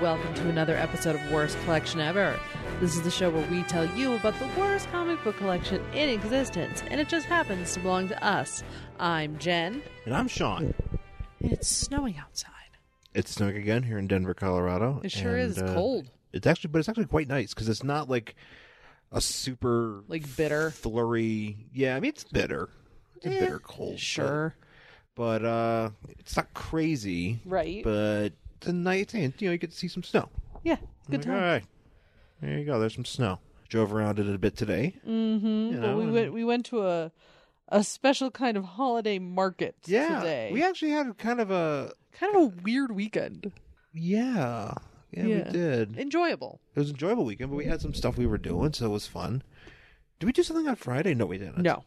welcome to another episode of Worst Collection Ever. This is the show where we tell you about the worst comic book collection in existence, and it just happens to belong to us. I'm Jen. And I'm Sean. It's snowing outside. It's snowing again here in Denver, Colorado. It sure and, is. uh, cold. It's actually, but it's actually quite nice because it's not like a super Like bitter. flurry. Yeah, I mean it's bitter. It's a bitter cold, but- Eh, Sure. but, uh, it's not crazy, Right. But it's a nice, and you know, you get to see some snow. yeah. Good Like, time. All right, there you go. There's some snow. Drove around it a bit today. Mm-hmm. You know, Well, we and- went we went to a a special kind of holiday market yeah, today. we actually had kind of a kind of a weird weekend. yeah, yeah, Yeah. we did. Enjoyable. It was an enjoyable weekend, but we had some stuff we were doing, so it was fun. Did we do something on Friday? No, we didn't. No.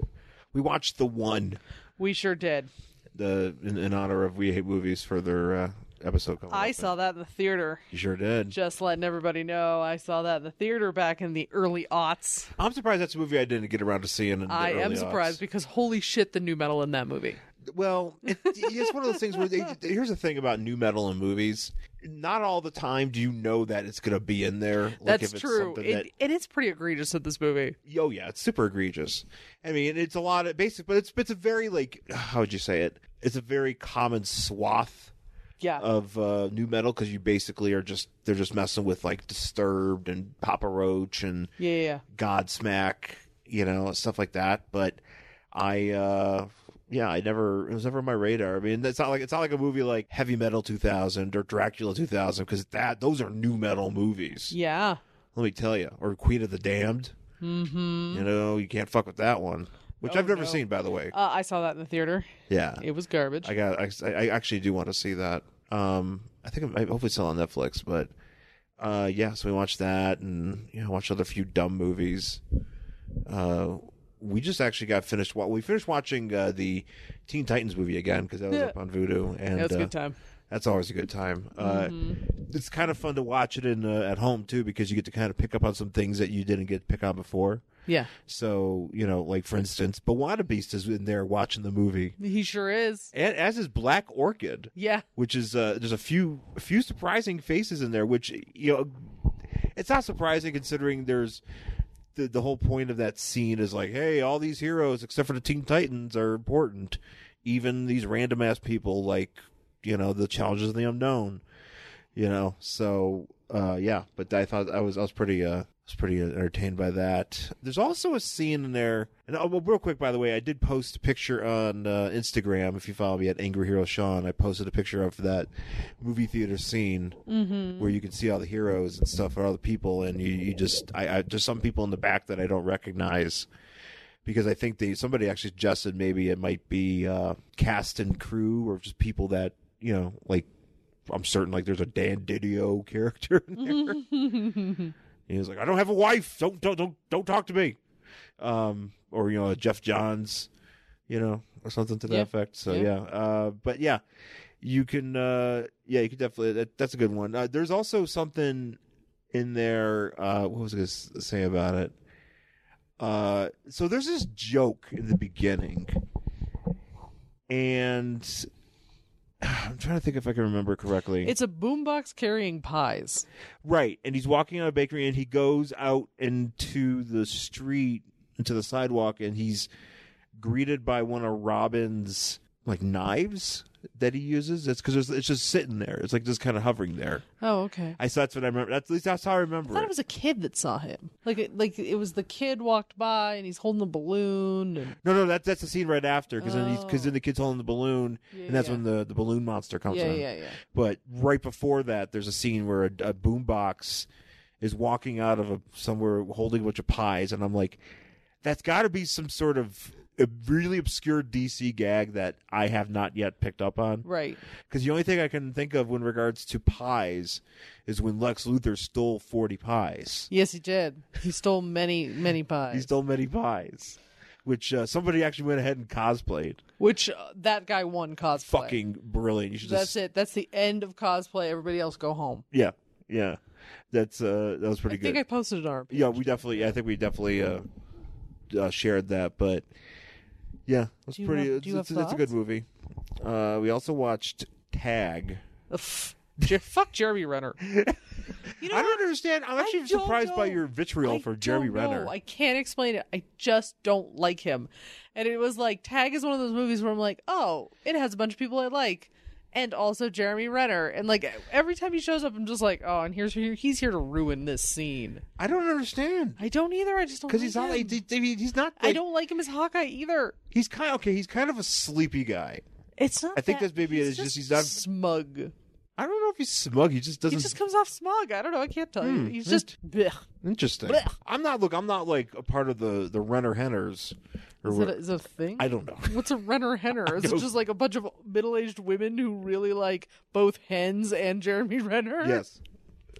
We watched the one We sure did. the in, in honor of We Hate Movies for their uh, episode. Coming I up. saw that in the theater. You sure did. Just letting everybody know, I saw that in the theater back in the early aughts. I'm surprised that's a movie I didn't get around to seeing. In the I am early aughts. surprised because holy shit, the new metal in that movie. Well, it, it's one of those things where they, here's the thing about new metal in movies. Not all the time do you know that it's going to be in there. Like That's if it's true. something It, that- it is pretty egregious in this movie. oh yeah, it's super egregious. I mean, it's a lot of basic, but it's it's a very like how would you say it? It's a very common swath Yeah. of uh, new metal because you basically are just they're just messing with like Disturbed and Papa Roach and yeah, yeah, yeah. Godsmack, you know, stuff like that. But I, uh, yeah, I never it was never on my radar. I mean, it's not like it's not like a movie like Heavy Metal 2000 or Dracula 2000 because that those are new metal movies Yeah. let me tell you, or Queen of the Damned. Mm-hmm. You know, you can't fuck with that one, which I've never Oh, no. seen, by the way. Uh, I saw that in the theater. yeah, It was garbage. I got. I, I actually do want to see that. Um, I think I hopefully it's still on Netflix, but uh, yeah. So we watched that, and you know, watched other few dumb movies. Uh, we just actually got finished. wa- We finished watching uh, the Teen Titans movie again because that was Yeah. up on Voodoo, and That was a uh, good time. that's always a good time. Uh, It's kind of fun to watch it in uh, at home too because you get to kind of pick up on some things that you didn't get to pick on before. Yeah. So you know, like for instance, Bawada Beast is in there watching the movie, He sure is. and as is Black Orchid, Yeah. which is uh, there's a few a few surprising faces in there, which you know, it's not surprising considering there's. The, the whole point of that scene is like, hey, all these heroes except for the Teen Titans are important. Even these random ass people, like you know, the challenges of the unknown you know so uh yeah but i thought i was i was pretty uh I was pretty entertained by that. There's also a scene in there, and oh, well, real quick, by the way, I did post a picture on uh, Instagram. If you follow me at Angry Hero Sean, I posted a picture of that movie theater scene where you can see all the heroes and stuff and all the people, and you, you just, I, I there's some people in the back that I don't recognize because I think they somebody actually suggested maybe it might be uh, cast and crew or just people that you know like I'm certain like there's a Dan Didio character Mm-hmm. in there. he was like, I don't have a wife. Don't don't don't don't talk to me. Um, or you know a Jeff Johns, you know, or something to that Yeah. effect. So Yeah. yeah, Uh, but yeah, you can uh, yeah you can definitely that, that's a good one. Uh, there's also something in there. Uh, what was I going to say about it? Uh, so there's this joke in the beginning, and I'm trying to think if I can remember correctly. It's a boombox carrying pies. right, and he's walking out of a bakery, and he goes out into the street, into the sidewalk, and he's greeted by one of Robin's like knives that he uses. It's because it's just sitting there. It's like just kind of hovering there. Oh, okay. I so that's what I remember. That's at least that's how I remember I thought it. it was a kid that saw him. Like, it- like it was the kid walked by and he's holding the balloon. And No, no, that's that's the scene right after because then Oh. because then the kid's holding the balloon, Yeah, and that's yeah. when the, the balloon monster comes yeah, in. yeah, yeah. But right before that, there's a scene where a, a boombox is walking out of a somewhere holding a bunch of pies, and I'm like, that's got to be some sort of a really obscure DC gag that I have not yet picked up on. Right. Because the only thing I can think of when regards to pies is when Lex Luthor stole forty pies. Yes, he did. He stole many, many pies. He stole many pies, which uh, somebody actually went ahead and cosplayed. Which uh, that guy won cosplay. fucking brilliant. You should That's just it. That's the end of cosplay. Everybody else go home. yeah, yeah. That's uh that was pretty I think good. I posted it on our Yeah, we definitely. I think we definitely uh, uh shared that, but yeah, it's you pretty. have- it's, do you it's, have it's a good movie. Uh, we also watched Tag. Ugh. Jer- fuck Jeremy Renner. You I don't understand. I'm I actually don't surprised by know. your vitriol I for Jeremy don't know. Renner. I can't explain it. I just don't like him. And it was like Tag is one of those movies where I'm like, oh, it has a bunch of people I like, and also Jeremy Renner. And like every time he shows up, I'm just like, oh, and here's he's here to ruin this scene. I don't understand I don't either. I just don't because because he's not like he- he- he's not. I like- don't like him as Hawkeye either. He's kind of, okay. He's kind of a sleepy guy. It's not. I think that- that's maybe it. he's It's just he's not- smug. I don't know if he's smug. He just He doesn't. just comes off smug. I don't know. I can't tell you. Hmm. He's just. blech. Interesting. Blech. I'm not. Look, I'm not like a part of the the Renner Henners. Or Is what- it a, is it a thing? I don't know. What's a Renner Henner? Is it don't- just like a bunch of middle aged women who really like both hens and Jeremy Renner? yes.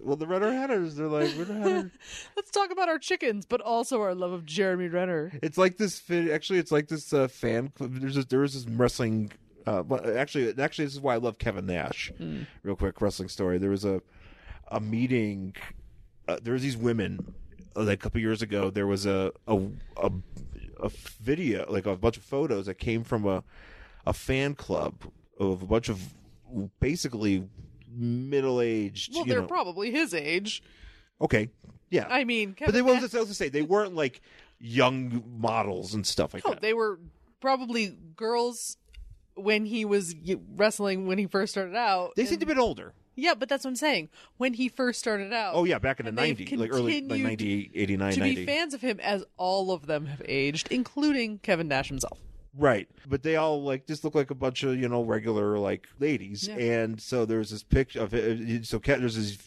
Well, the Renner Henners, they're like Renner Henner. Let's talk about our chickens, but also our love of Jeremy Renner. It's like this. fi- Actually, it's like this uh, fan. club. There's this, there is this wrestling. Uh, but actually, actually, this is why I love Kevin Nash. Hmm. Real quick wrestling story. There was a a meeting. Uh, there was these women uh, like a couple years ago. There was a a a, a video, like a bunch of photos that came from a a fan club of a bunch of basically middle aged. Well, you they're know, probably his age. okay, yeah. I mean, Kevin but they Nash- wasn't. I was to say they weren't like young models and stuff like No, that. they were probably girls when he was y- wrestling when he first started out. They seem to have been older. Yeah, but that's what I'm saying. When he first started out. Oh yeah, back in the And they've 90s, like early like continued 90, 89, To 90. be fans of him, as all of them have aged, including Kevin Nash himself. Right. But they all like just look like a bunch of, you know, regular like ladies. Yeah. And so there's this picture of it. so Ke- there's these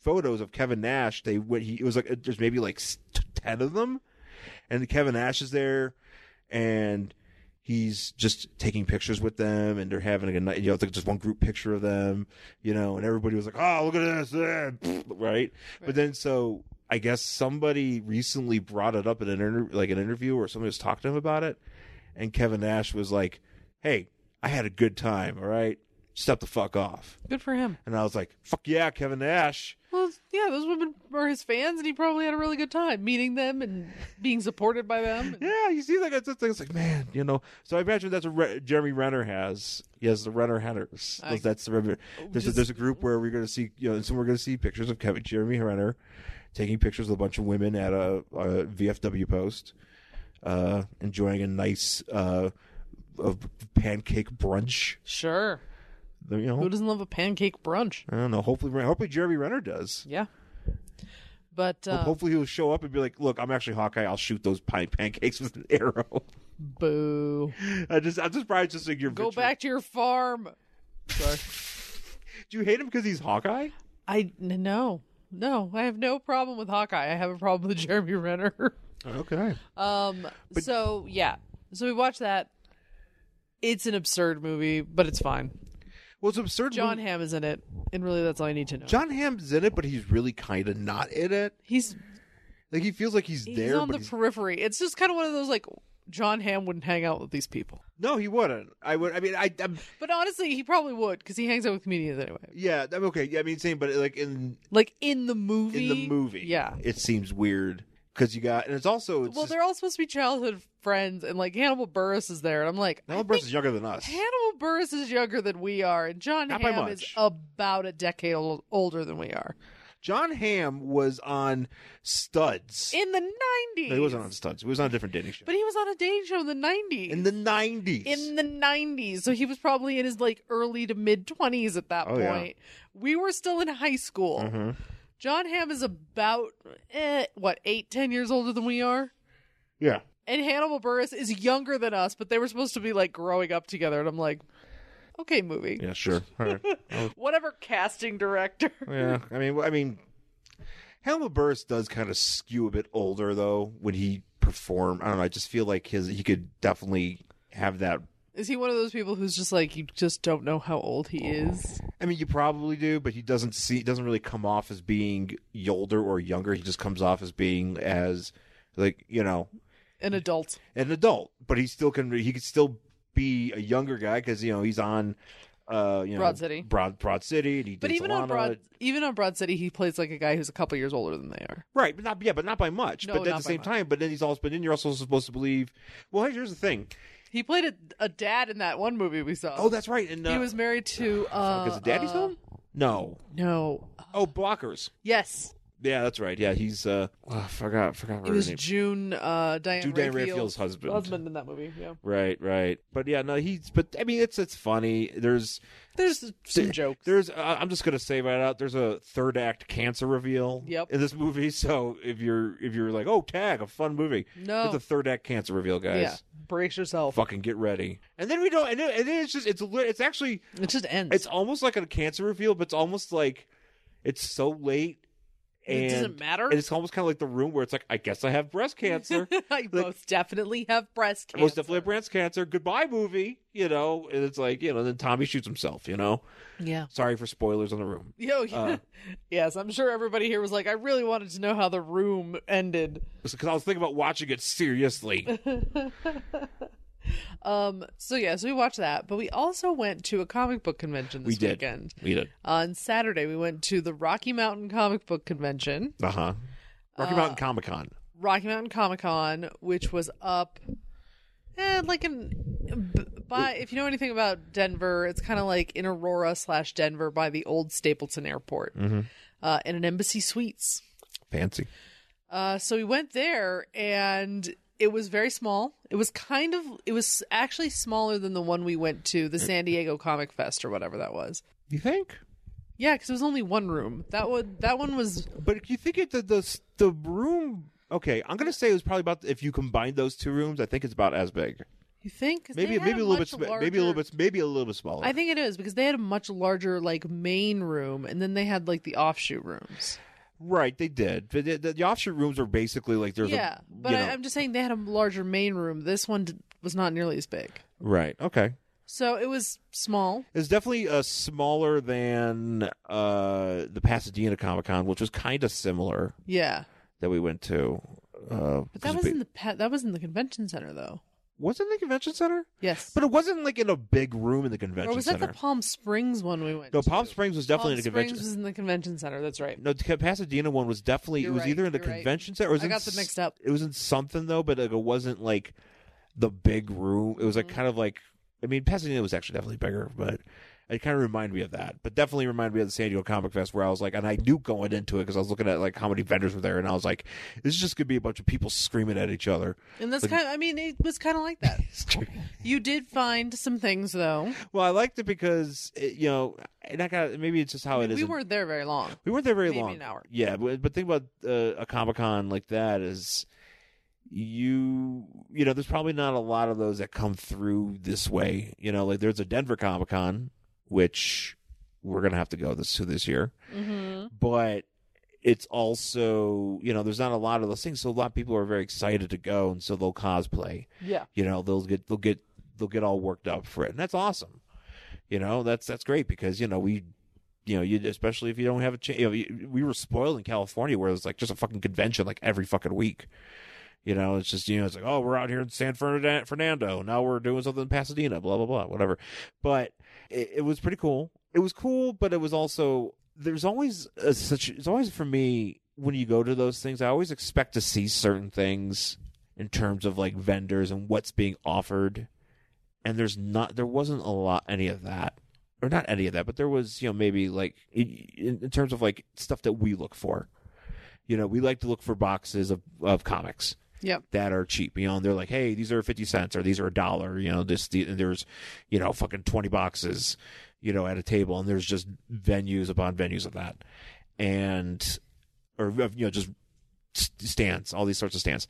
photos of Kevin Nash. They what he it was like uh, there's maybe like s- 10 of them. And Kevin Nash is there and he's just taking pictures with them and they're having like a night, you know, like just one group picture of them, you know, and everybody was like, oh, look at this, eh, pfft," right? But then so I guess somebody recently brought it up in an inter- like an interview or somebody was talking to him about it, and Kevin Nash was like, hey, I had a good time, all right, step the fuck off, Good for him. and I was like, fuck yeah, Kevin Nash, Well, yeah, those women are his fans, and he probably had a really good time meeting them and being supported by them. And yeah, you see like it's, it's like- it's like man, you know. So I imagine that's what Re- Jeremy Renner has. He has the Renner Henners. I- that's the Renner. There's a, Just- there's a group where we're gonna see you know, and soon we're gonna see pictures of Kevin Jeremy Renner taking pictures of a bunch of women at a, a VFW post, uh, enjoying a nice uh, of pancake brunch. sure, You know, who doesn't love a pancake brunch? I don't know. Hopefully, hopefully Jeremy Renner does. Yeah, but uh, Hopefully he'll show up and be like, "Look, I'm actually Hawkeye. I'll shoot those pine pancakes with an arrow." boo. I just, I'm just probably just like your Go back to your farm. Sorry, Do you hate him because he's Hawkeye? I n- no, no. I have no problem with Hawkeye. I have a problem with Jeremy Renner. Okay. Um. so yeah. So we watched that. It's an absurd movie, but it's fine. Well, it's absurd. John when- Hamm is in it, and really, that's all I need to know. John Hamm's in it, but he's really kind of not in it. He's Like he feels like he's, He's there, on but the he's- periphery. It's just kind of one of those like John Hamm wouldn't hang out with these people, no, he wouldn't. I would. I mean, I. I'm, but honestly, he probably would because he hangs out with comedians anyway. yeah, I'm okay. Yeah, I mean, same, but like in Like in the movie, in the movie, yeah. it seems weird because you got, and it's also it's well, just, they're all supposed to be childhood friends, and like Hannibal Burris is there, and I'm like, Alan Burst is younger than us. Hannibal Burris is younger than we are, and John Not by Hamm is much. about a decade ol- older than we are John Hamm was on Studs. in the '90s. no, he wasn't on Studs. He was on a different dating show. but he was on a dating show in the '90s. in the nineties, in the 90s so he was probably in his like early to mid 20s at that Oh, yeah. Mm-hmm. point we were still in high school john hamm is about eh, what eight ten years older than we are yeah. and hannibal burris is younger than us but they were supposed to be like growing up together and i'm like okay movie Yeah, sure. All right. whatever casting director Yeah, I mean, I mean, Helma Burris does kind of skew a bit older though when he perform. I don't know. I just feel like his he could definitely have that. is he one of those people who's just like you just don't know how old he is I mean, you probably do, but he doesn't see doesn't really come off as being older or younger. He just comes off as being as like you know an adult an adult, but he still can he could still be a younger guy because you know he's on. Uh, you know, Broad City. Broad Broad City, and he but dates even Alana. on broad even on broad city he plays like a guy who's a couple years older than they are Right, but not yeah, but not by much. No, but then not at the by same much. time, but then he's also but then you're also supposed to believe. Well, hey, here's the thing. He played a, a dad in that one movie we saw. Oh, that's right. And uh, he was married to. Uh, is it Oh, Daddy's uh, home? No. No. Oh, blockers. Yes. Yeah, that's right. Yeah, he's uh, oh, I forgot, I forgot It her was name. June uh Diane Jude Dan Raphael's Raphael's husband. husband in that movie. Yeah. Right, right. But yeah, no, he's. But I mean, it's it's funny. There's There's some jokes. There's, I- I'm just gonna say right out. There's a third act cancer reveal. Yep. In this movie, so if you're if you're like, oh, tag a fun movie. No. It's a third act cancer reveal, guys. Oh. yeah. Brace yourself. Fucking get ready. And then we don't. And then, and then it's just it's lit- it's actually It just ends. it's almost like a cancer reveal, but it's almost like it's so late. And it doesn't matter. and it's almost kind of like the room where it's like, I guess I have breast cancer. I most definitely have breast I cancer. Most definitely have breast cancer. Goodbye movie. You know, and it's like you know. Then Tommy shoots himself. You know. Yeah. Sorry for spoilers on the room. Yo, yeah. Uh, yes, I'm sure everybody here was like, I really wanted to know how the room ended. because I was thinking about watching it seriously. Um, so yeah, so we watched that, but we also went to a comic book convention this We did. weekend. we did. On Saturday, we went to the Rocky Mountain Comic Book Convention, Uh huh. Rocky Uh, Mountain Comic Con. Rocky Mountain Comic Con, which was up, eh, like an b- by. If you know anything about Denver, it's kind of like in Aurora slash Denver by the old Stapleton Airport, uh, in an Embassy Suites. Fancy. Uh, so we went there and it was very small. It was kind of, it was actually smaller than the one we went to, the San Diego Comic Fest or whatever that was. You think? Yeah, because it was only one room. That one, that one was, But you think it the the, the room? Okay, I'm gonna say it was probably about if you combine those two rooms, I think it's about as big. you think? 'Cause Maybe they had maybe a little bit much sm- maybe a little larger- bit maybe a little bit smaller. I think it is because they had a much larger, like, main room and then they had, like, the offshoot rooms. right, they did. But the, the, the offshoot rooms are basically like there's Yeah, a but you I, know- I'm just saying they had a larger main room. This one d- was not nearly as big. right. Okay, So it was small. it's definitely uh, smaller than uh, the Pasadena Comic Con, which was kind of similar Yeah. that we went to. Uh, But that was in the pa- that was in the convention center though. was it the convention center? Yes. But it wasn't like in a big room in the convention Or was that center. the Palm Springs one we went no, to? Palm Springs was Palm definitely in the convention. Springs was in the convention center. That's right. no, the Pasadena one was definitely. You're it was right, either in the you're right. convention center. Or it was I in got them s- mixed up. It was in something though, but like, it wasn't like the big room. It was Mm-hmm. like kind of like. I mean, Pasadena was actually definitely bigger, but it kind of reminded me of that. But definitely reminded me of the San Diego Comic Fest, where I was like, and I knew going into it because I was looking at like how many vendors were there, and I was like, this is just gonna be a bunch of people screaming at each other. And that's kind of, I mean, it was kind of like that. you did find some things, though. well, I liked it because it, you know, and I got maybe it's just how it is. We in- weren't there very long. We weren't there very Maybe long. an hour. Yeah, but, but think about uh, a Comic Con like that is you you know there's probably not a lot of those that come through this way. You know, like there's a Denver Comic Con which we're gonna have to go this to this year, Mm-hmm. but it's also you know there's not a lot of those things, so a lot of people are very excited to go, and so they'll cosplay. Yeah. You know, they'll get they'll get they'll get all worked up for it, and that's awesome. You know, that's that's great because you know we you know, you especially if you don't have a chance. You know, you, we were spoiled in California where it was like just a fucking convention like every fucking week. You know, it's just you know, it's like oh, we're out here in San Fernan- Fernando. Now we're doing something in Pasadena. Blah blah blah. Whatever. But it, it was pretty cool. It was cool, but it was also there's always a, such. It's always for me when you go to those things. I always expect to see certain things in terms of like vendors and what's being offered, and there's not. There wasn't a lot any of that or not any of that, but there was, you know, maybe like in, in in terms of like stuff that we look for. You know, we like to look for boxes of, of comics Yep. that are cheap. You know, and they're like, hey, these are fifty cents or these are a dollar. You know, this the, and there's, you know, fucking twenty boxes, you know, at a table, and there's just venues upon venues of that, and or of, you know just st- stands, all these sorts of stands,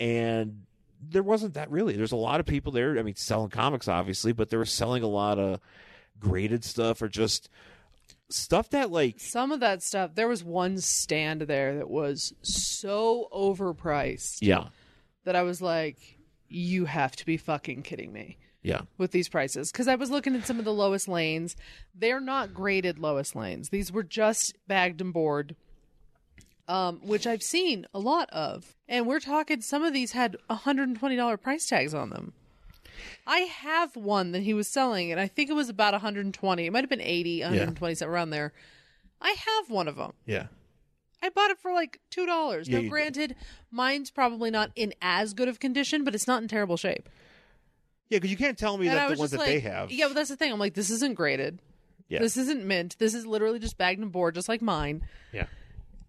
and there wasn't that really. There's a lot of people there. I mean, selling comics obviously, but they were selling a lot of graded stuff or just stuff that like Some of that stuff, there was one stand there that was so overpriced yeah that I was like, you have to be fucking kidding me. yeah with these prices because I was looking at some of the lowest lanes. They're not graded lowest lanes. These were just bagged and board, um, which I've seen a lot of. And we're talking some of these had $120 price tags on them. I have one that he was selling, and I think it was about 120. It might have been 80, 120, something around there. I have one of them. yeah I bought it for like two dollars. Yeah, Now, you did. granted, mine's probably not in as good of condition, but it's not in terrible shape. yeah because you can't tell me And I that the was ones just that like, they have Yeah, but that's the thing. I'm like, this isn't graded. Yeah. This isn't mint. This is literally just bagged and board, just like mine. Yeah.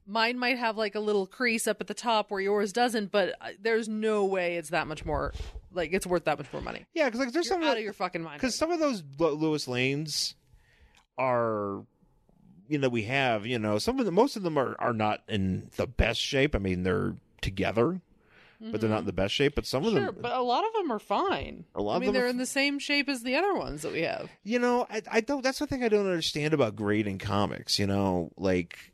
Mine might have like a little crease up at the top where yours doesn't, but uh, there's no way it's that much more. Like it's worth that much more money. Yeah, because like there's You're some out that- of your fucking mind. because some of those Lo- Lewis lanes are you know we have you know some of the most of them are are not in the best shape. I mean they're together, but they're not in the best shape. But some of Mm-hmm. Sure, them, but a lot of them are fine. A lot I of mean, them are they're f- in the same shape as the other ones that we have. you know, I, I don't. That's the thing I don't understand about grading comics. You know, like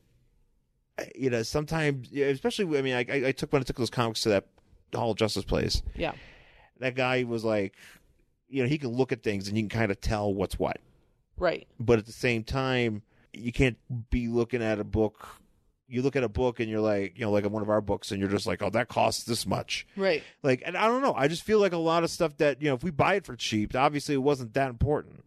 I- you know sometimes, yeah, especially I mean, I- I I took when I took those comics to that Hall of Justice place. Yeah. That guy was like, you know, he can look at things and you can kind of tell what's what. Right. but at the same time you can't be looking at a book you look at a book and you're like you know like one of our books and you're just like oh that costs this much Right. like and i don't know i just feel like a lot of stuff that you know if we buy it for cheap obviously it wasn't that important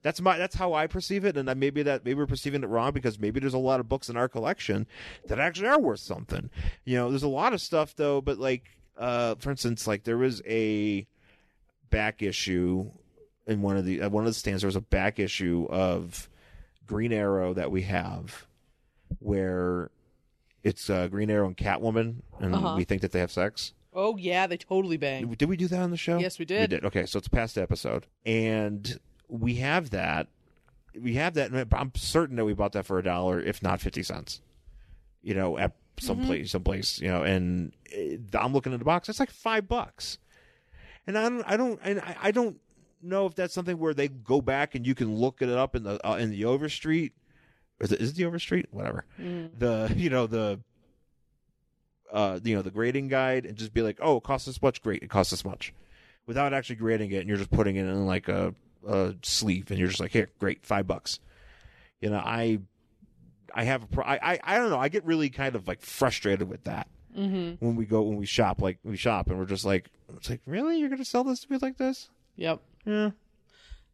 that's my that's how i perceive it and I- maybe that maybe we're perceiving it wrong because maybe there's a lot of books in our collection that actually are worth something you know there's a lot of stuff though but like uh for instance like there was a back issue in one of the at one of the stands there was a back issue of Green Arrow that we have where it's uh, Green Arrow and Catwoman and Uh-huh. we think that they have sex. Oh yeah, they totally bang. Did we do that on the show? Yes, we did. We did. Okay, so it's a past episode and we have that we have that and I'm certain that we bought that for a dollar if not 50 cents. You know, at some Mm-hmm. place someplace, you know, and uh, I'm looking at the box, it's like 5 bucks and I don't, I don't, and I, I don't know if that's something where they go back and you can look it up in the uh, in the Overstreet, or is it, is it the Overstreet? Whatever Mm. the you know the uh you know the grading guide and just be like, oh, it costs this much, great, it costs this much, without actually grading it, and you're just putting it in like a a sleeve, and you're just like, here, great, five bucks. You know, I I have a pro- I, I I don't know. I get really kind of like frustrated with that Mm-hmm. when we go when we shop like we shop and we're just like it's like really you're gonna sell this to me like this Yep. yeah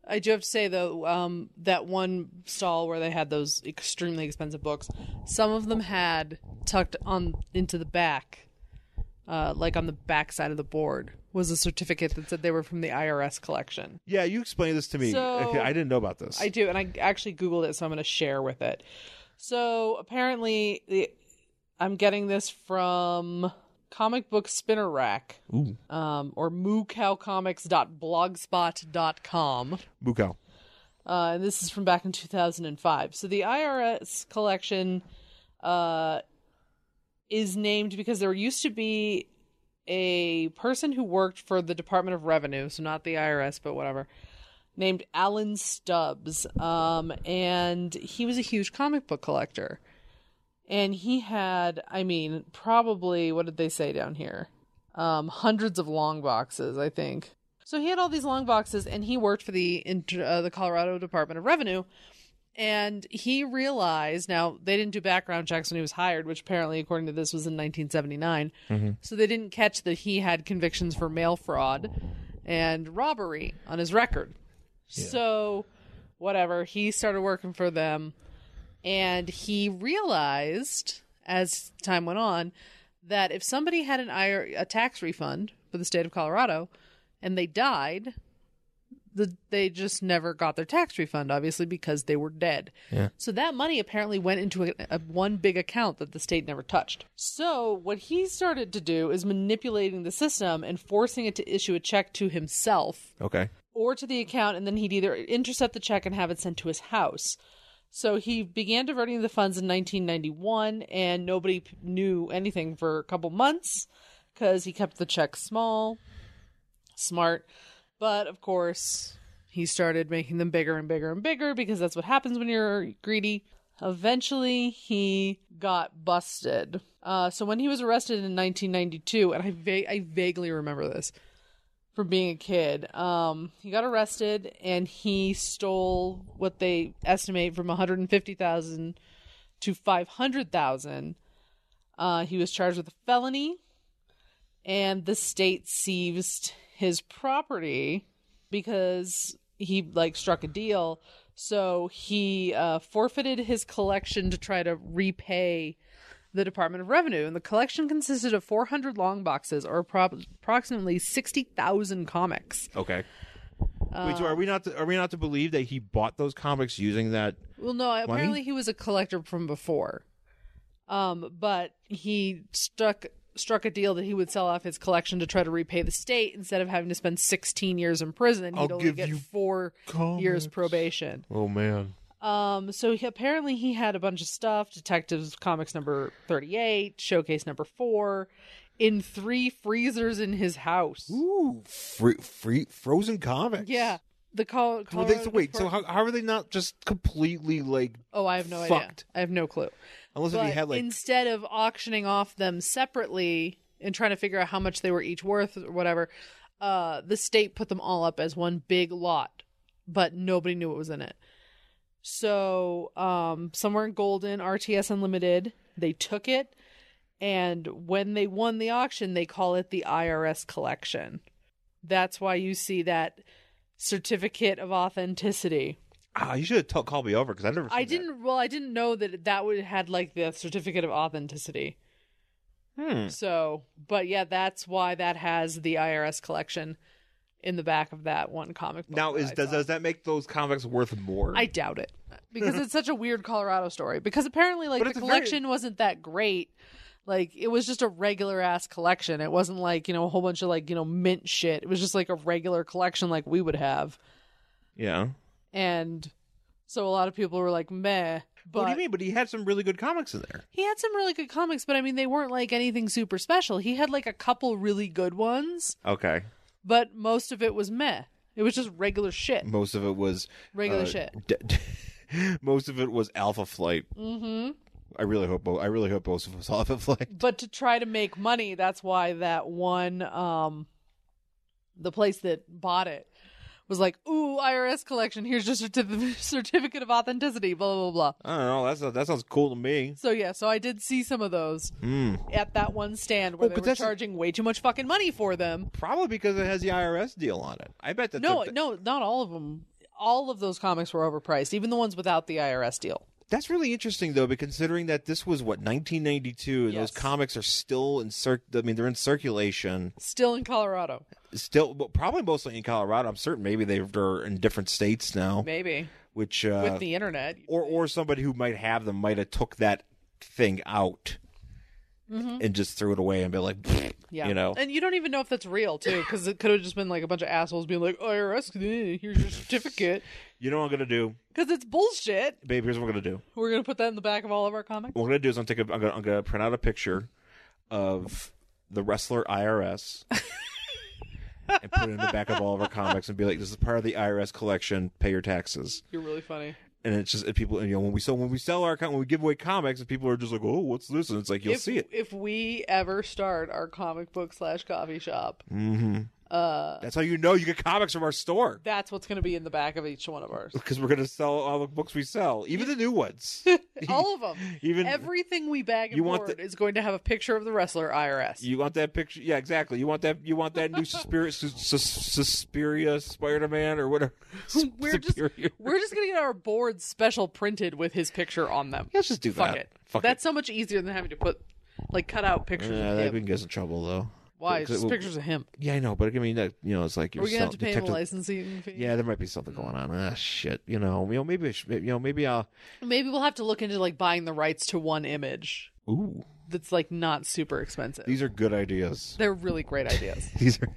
I do have to say though, um, that one stall where they had those extremely expensive books, some of them had tucked on into the back, uh, like on the back side of the board, was a certificate that said they were from the IRS collection. yeah you explained this to me So- Okay, i didn't know about this I do, and I actually googled it, so I'm going to share with it. So apparently, the, I'm getting this from comic book spinner rack Ooh. um, or moocowcomics.blogspot.com. buko Uh, and this is from back in 2005. So the IRS collection uh, is named because there used to be a person who worked for the Department of Revenue, so not the IRS, but whatever, named Alan Stubbs. Um, and he was a huge comic book collector. And he had, I mean, probably, what did they say down here? Um, hundreds of long boxes, I think. So he had all these long boxes, and he worked for the inter- uh, the Colorado Department of Revenue. And he realized now they didn't do background checks when he was hired, which apparently, according to this, was in 1979. So they didn't catch that he had convictions for mail fraud and robbery on his record. So, whatever, he started working for them, and he realized as time went on that if somebody had an IR- a tax refund for the state of Colorado, and they died, the, they just never got their tax refund, obviously, because they were dead. Yeah. So that money apparently went into a, a one big account that the state never touched. So what he started to do is manipulating the system and forcing it to issue a check to himself okay or to the account, and then he'd either intercept the check and have it sent to his house. So he began diverting the funds in 1991, and nobody p- knew anything for a couple months because he kept the check small. Smart. But of course, he started making them bigger and bigger and bigger because that's what happens when you're greedy. Eventually, he got busted. Uh, so when he was arrested in 1992, and I, va- I vaguely remember this, for being a kid. Um, he got arrested and he stole what they estimate from 150,000 to 500,000. Uh, he was charged with a felony, and the state seized his property because he like struck a deal. So he uh, forfeited his collection to try to repay the Department of Revenue, and the collection consisted of 400 long boxes, or appro- approximately 60,000 comics. okay Wait, so are we not to, are we not to believe that he bought those comics using that? Well, no, apparently he was a collector from before. Um, but he struck struck a deal that he would sell off his collection to try to repay the state instead of having to spend 16 years in prison. He'd I'll only give get you four years probation. Oh man. Um, so he, apparently he had a bunch of stuff: Detectives Comics number thirty-eight, Showcase number four, in three freezers in his house. Ooh, free, free frozen comics. Yeah, the call. Were they- so wait, so how, how are they not just completely like Oh, I have no idea. Fucked. I have no clue. unless if But he had like instead of auctioning off them separately and trying to figure out how much they were each worth or whatever, uh, the state put them all up as one big lot, but nobody knew what was in it. So um, somewhere in Golden, RTS Unlimited, they took it, and when they won the auction, they call it the IRS collection. That's why you see that certificate of authenticity. ah, you should have t- called me over because I never. I seen didn't. Well, I didn't know that that would had like the certificate of authenticity. that. Hmm. So, but yeah, that's why that has the IRS collection in the back of that one comic book. Now that is I does, saw. does that make those comics worth more? I doubt it because it's such a weird Colorado story. Because apparently, like But the it's a very- collection wasn't that great. Like it was just a regular ass collection. It wasn't like you know a whole bunch of like you know mint shit. It was just like a regular collection like we would have. yeah. And so a lot of people were like, meh. But what do you mean? But he had some really good comics in there. He had some really good comics, but I mean, they weren't like anything super special. He had like a couple really good ones, Okay. but most of it was meh. It was just regular shit. Most of it was Regular uh, shit. d- most of it was Alpha Flight. hmm I really hope. I really hope most of us Alpha Flight. But to try to make money, that's why that one, um, the place that bought it was like, ooh, IRS collection. Here's your certif- certificate of authenticity, blah, blah, blah. I don't know. That's that sounds cool to me. So, yeah, so I did see some of those Mm. at that one stand where Oh, they but were that's- charging way too much fucking money for them. Probably because it has the IRS deal on it. I bet that No, the- no, not all of them. All of those comics were overpriced, even the ones without the IRS deal. That's really interesting though, because considering that this was what 1992, and Yes. those comics are still in cir- I mean, they're in circulation Still in Colorado, still, but probably mostly in Colorado. I'm certain maybe they- they're in different states now, maybe which uh, with the internet. or or somebody who might have them might have took that thing out and just threw it away and be like, "Pfft," Mm-hmm. Yeah, you know, and you don't even know if that's real too, because it could have just been like a bunch of assholes being like, "IRS, eh, here's your certificate," you know what I'm gonna do, because it's bullshit. babe. Here's what I'm gonna do. We're gonna put that in the back of all of our comics. What I'm gonna do is I'm gonna take a, I'm gonna, I'm gonna print out a picture of the wrestler IRS and put it in the back of all of our comics and be like, this is part of the IRS collection. Pay your taxes. You're really funny. And it's just and people. And, you know, when we sell when we sell our com- when we give away comics, and people are just like, oh, what's this? And it's like you'll if, see it. if we ever start our comic book slash coffee shop, Mm. That's how you know you get comics from our store. that's what's gonna be in the back of each one of ours. because we're going to sell all the books we sell, even the new ones. all of them. Even Everything we bag and You want board is going to have a picture of the wrestler IRS. you want that picture? Yeah, exactly. You want that? You want that new Suspiria, Sus- Sus- Suspiria Spider Man or whatever? we're just Superior. we're just gonna get our boards special printed with his picture on them. Let's just do Fuck that. it. Fuck That's so much easier than having to put like cut out pictures it. Yeah, of that, him. we can get us in trouble though. Why? It's 'Cause- just pictures of him. Yeah, I know, but I mean, that, you know, it's like you're We're gonna have to pay selling- him a Hmm. detective- licensing fee. Yeah, there might be something going on. Ah, shit. You know, you know, maybe, I should, you know, maybe I'll. Maybe we'll have to look into like buying the rights to one image Ooh, that's like not super expensive. these are good ideas. They're really great ideas. these are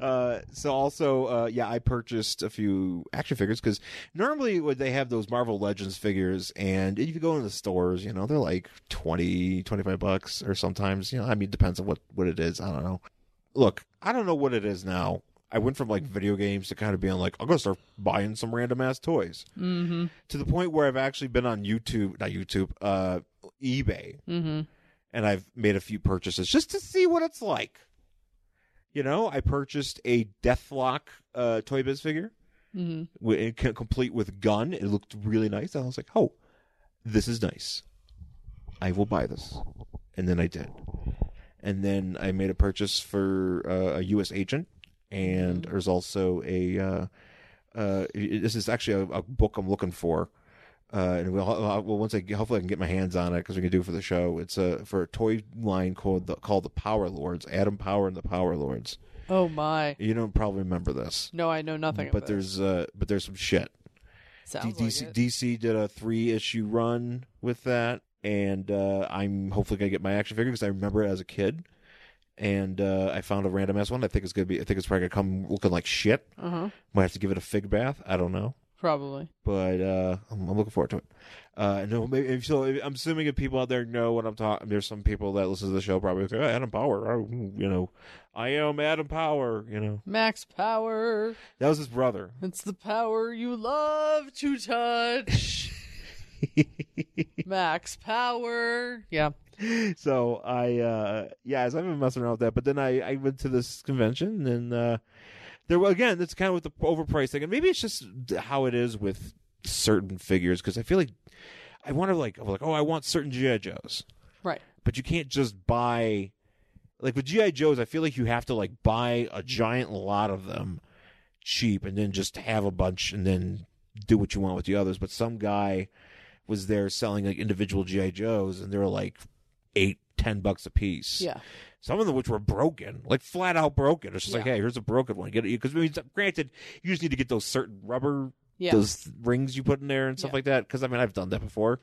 uh so also uh yeah i purchased a few action figures because normally when they have those marvel legends figures and if you go into the stores you know they're like 20 25 bucks or sometimes you know i mean depends on what what it is i don't know look i don't know what it is now i went from like video games to kind of being like i'm gonna start buying some random ass toys mm-hmm. to the point where i've actually been on youtube not youtube uh ebay Mm-hmm. and I've made a few purchases just to see what it's like. You know, I purchased a Deathlock uh, Toy Biz figure, Mm-hmm. wi- it co- complete with gun. It looked really nice. I was like, oh, this is nice. I will buy this. And then I did. And then I made a purchase for uh, a U.S. agent, and there's also a. Uh, uh, i- this is actually a, a book I'm looking for. Uh, and we'll, I'll- well, once I get- hopefully I can get my hands on it because we can do it for the show. It's a for a toy line called the, called the Power Lords, Adam Power and the Power Lords Oh my. You don't probably remember this, No, I know nothing. but there's uh, but there's some shit. D- Sounds DC like it. DC did a three issue run with that, and uh, I'm hopefully gonna get my action figure because I remember it as a kid. And uh, I found a random ass one. I think it's gonna be. I think it's probably gonna come looking like shit. Uh-huh. Might have to give it a fig bath. I don't know, Probably. but uh, I'm, I'm looking forward to it. Uh, no, maybe if so. if- I'm assuming if people out there know what I'm talking, there's some people that listen to the show probably say, oh, Adam Power. Oh, you know, I am Adam Power. You know, Max power. that was his brother. It's the power you love to touch. Max power. Yeah. so I uh yeah, so I've been messing around with that. But then I I went to this convention and uh there were again that's kind of with the overpriced thing, and maybe it's just how it is with certain figures because I feel like I want to like I'm like oh I want certain GI Joes, Right. but you can't just buy like with GI Joes. I feel like you have to like buy a giant lot of them cheap and then just have a bunch and then do what you want with the others. But some guy was there selling like individual GI Joes and they were like eight, ten bucks a piece. Yeah. Some of them which were broken, like flat out broken. It's just like, Yeah. hey, here's a broken one. Get it because I mean, granted, you just need to get those certain rubber Yeah. those rings you put in there and stuff Yeah. like that. Because I mean, I've done that before,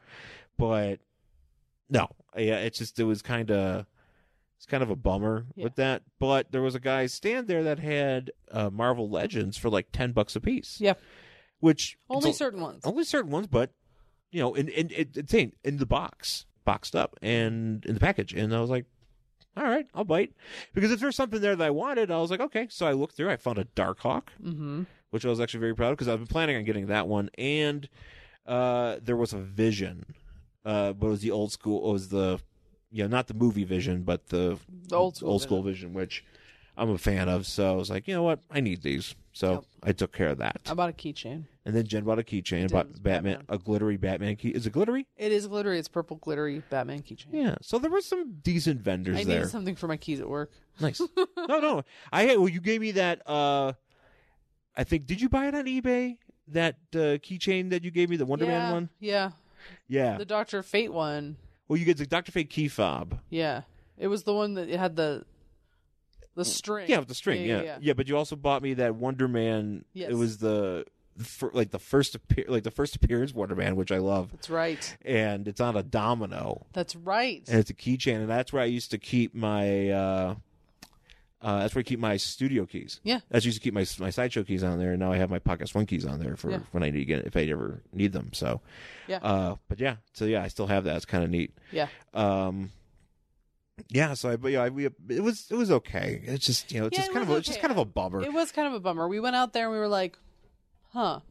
but no, yeah, it's just it was kind of it's kind of a bummer Yeah. with that. But there was a guy stand there that had uh, Marvel Legends for like ten bucks a piece. Yep. which Only it's Oh. a- certain ones. only certain ones, but you know, in in it, it's in, in the box, boxed up, and in the package. And I was like, all right, I'll bite because if there's something there that I wanted, I was like, okay. So I looked through, I found a Dark Hawk Mm-hmm. which I was actually very proud of because I've been planning on getting that one. And uh, there was a Vision, uh, but it was the old school. It was the yeah, not the movie Vision, but the The old school vision. which I'm a fan of. So I was like, you know what, I need these. So Yep. I took care of that. I bought a keychain. and then Jen bought a keychain, did, bought it was Batman, Batman. a glittery Batman key. Is it glittery? It is glittery. It's purple glittery Batman keychain. Yeah. So there were some decent vendors I there. needed something for my keys at work. Nice. no, no. I had, well, you gave me that. uh I think did you buy it on eBay? That uh, keychain that you gave me, the Wonder yeah. Man one. Yeah. Yeah. The Doctor Fate one. well, you get the Doctor Fate key fob. Yeah. It was the one that it had the the string. Mm. Yeah, with the string. Yeah Yeah, yeah, yeah, yeah. but you also bought me that Wonder Man. Yes. It was the fir- like the first appear like the first appearance Wonder Man, which I love, That's right. and it's on a domino, That's right. and it's a keychain, and that's where I used to keep my. uh uh, that's where I keep my studio keys. Yeah. I used to keep my my sideshow keys on there, and now I have my Pocket One keys on there for Yeah. when I need to get if I ever need them. So, Yeah. Uh, but yeah, so yeah, I still have that. It's kind of neat. yeah. um yeah so i but yeah I, we it was it was okay it's just you know it's Yeah, just it kind of was a, it's just okay. kind of a bummer It was kind of a bummer. We went out there and we were like, huh.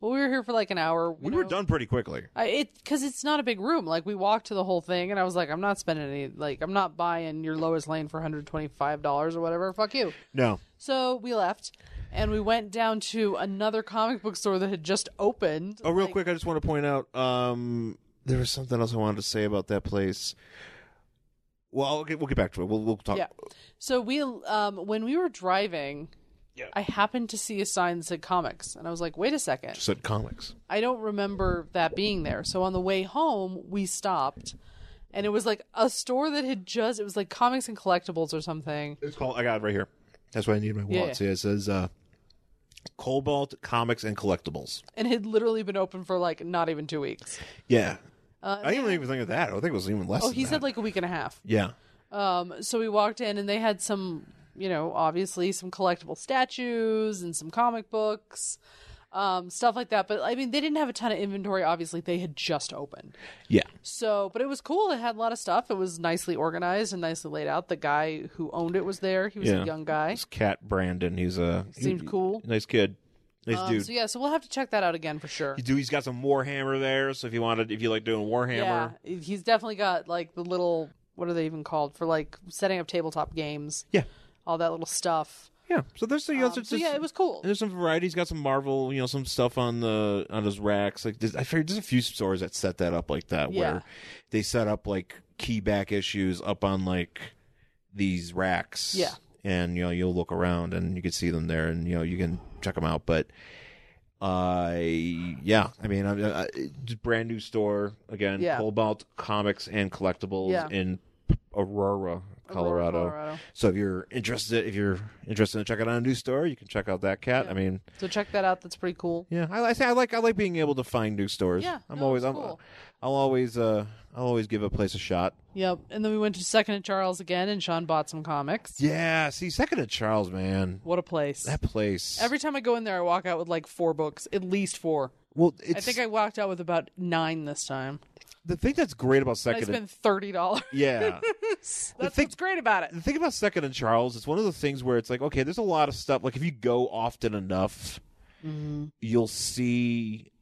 Well, we were here for like an hour. you we were know? done pretty quickly I, it because it's not a big room. Like we walked to the whole thing, and I was like, I'm not spending any. Like I'm not buying your lowest lane for 125 dollars or whatever. Fuck you. no So we left, and we went down to another comic book store that had just opened. oh real quick i just want to point out um there was something else i wanted to say about that place well okay, we'll get back to it we'll, we'll talk Yeah. So we um when we were driving. Yeah. I happened to see a sign that said comics, and I was like, "Wait a second! just at comics I don't remember that being there. So on the way home, we stopped, and it was like a store that had just it was like comics and collectibles or something. it's called i got it right here that's why i need my wallet Yeah. see it says uh cobalt comics and collectibles and had literally been open for like not even two weeks. yeah i didn't even think of that i think it was even less Uh, Oh, than he that. said like a week and a half. yeah Um, so we walked in and they had some, you know, obviously some collectible statues and some comic books, um, stuff like that. But I mean, they didn't have a ton of inventory. Obviously, they had just opened. yeah So, but it was cool. It had a lot of stuff. It was nicely organized and nicely laid out. The guy who owned it was there. He was Yeah. a young guy. It's Cat Brandon. He's a Seemed he- cool. nice kid, nice Um, dude. so yeah, so we'll have to check that out again for sure. You do. He's got some Warhammer there. So if you wanted, if you like doing Warhammer, Yeah, he's definitely got like the little what are they even called for like setting up tabletop games. yeah, all that little stuff. yeah. So there's so, you know, Um, so it's so just- yeah, it was cool. There's some variety. He's got some Marvel, you know, some stuff on the on his racks. Like there's, I figured there's a few stores that set that up like that, Yeah. where they set up like key back issues up on like these racks. Yeah. and you know you'll look around and you can see them there, and you know you can check them out. But uh, yeah, I mean, I'm I, just brand new store again. Yeah. Cobalt Comics and Collectibles Yeah. in Aurora, Colorado. So if you're interested, if you're interested in checking out a new store, you can check out that cat. Yeah. I mean, So check that out. That's pretty cool. yeah, I, I say I like I like being able to find new stores. Yeah, I'm no, always it's I'm, cool. I'll always uh I'll always give a place a shot. Yep. And then we went to Second and Charles again, and Sean bought some comics. Yeah, see, second of Charles, man, What a place. that place. Every time I go in there, I walk out with like four books, at least four. well, it's I think I walked out with about nine this time. the thing that's great about And I second. and- spent thirty dollars. yeah, That's thing- what's great about it. the thing about Second and Charles, it's one of the things where it's like, okay, there's a lot of stuff. Like if you go often enough, you'll see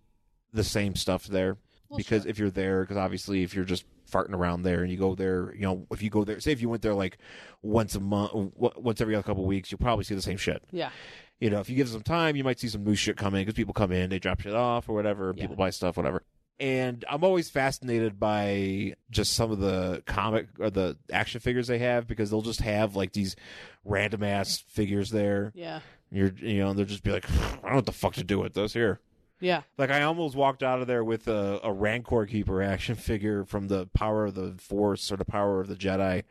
the same stuff there. because if you're there, because obviously if you're just farting around there and you go there, you know, if you go there, say if you went there like once a month, once every other couple of weeks, you'll probably see the same shit. Yeah. You know, if you give it some time, you might see some new shit coming because people come in, they drop shit off or whatever, Yeah. people buy stuff, whatever. And I'm always fascinated by just some of the comic or the action figures they have because they'll just have like these random ass figures there. Yeah. You're, you know, they'll just be like, I don't know what the fuck to do with this here. Yeah. Like I almost walked out of there with a, a Rancor Keeper action figure from the Power of the Force or the Power of the Jedi,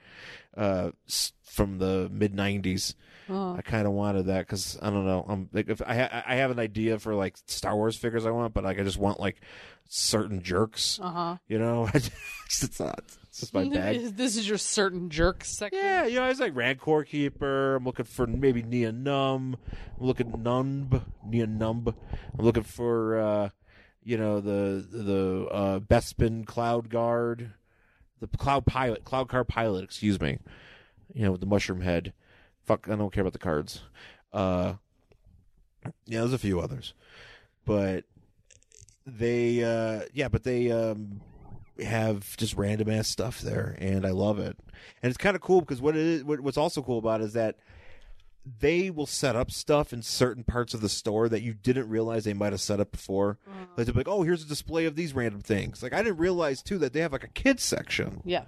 uh, s- from the mid '90s. Uh, I kind of wanted that because I don't know. I'm like if I ha- I have an idea for like Star Wars figures I want, but like I just want like certain jerks. huh. You know, it's not. It's just my bag. this is your certain jerk section. Yeah, you know, I was like Rancor Keeper. I'm looking for maybe Nia Numb. I'm looking Numb, Nia Numb. I'm looking for uh, you know the the uh, Bespin Cloud Guard, the Cloud Pilot, Cloud Car Pilot. Excuse me. You know with the mushroom head. Fuck, I don't care about the cards. Uh, yeah, there's a few others, but they uh, yeah, but they um, have just random ass stuff there, and I love it. And it's kind of cool because what it is, what, what's also cool about it is that they will set up stuff in certain parts of the store that you didn't realize they might have set up before. Like they'll be like, "Oh, here's a display of these random things." Like I didn't realize too that they have like a kids section, Yeah.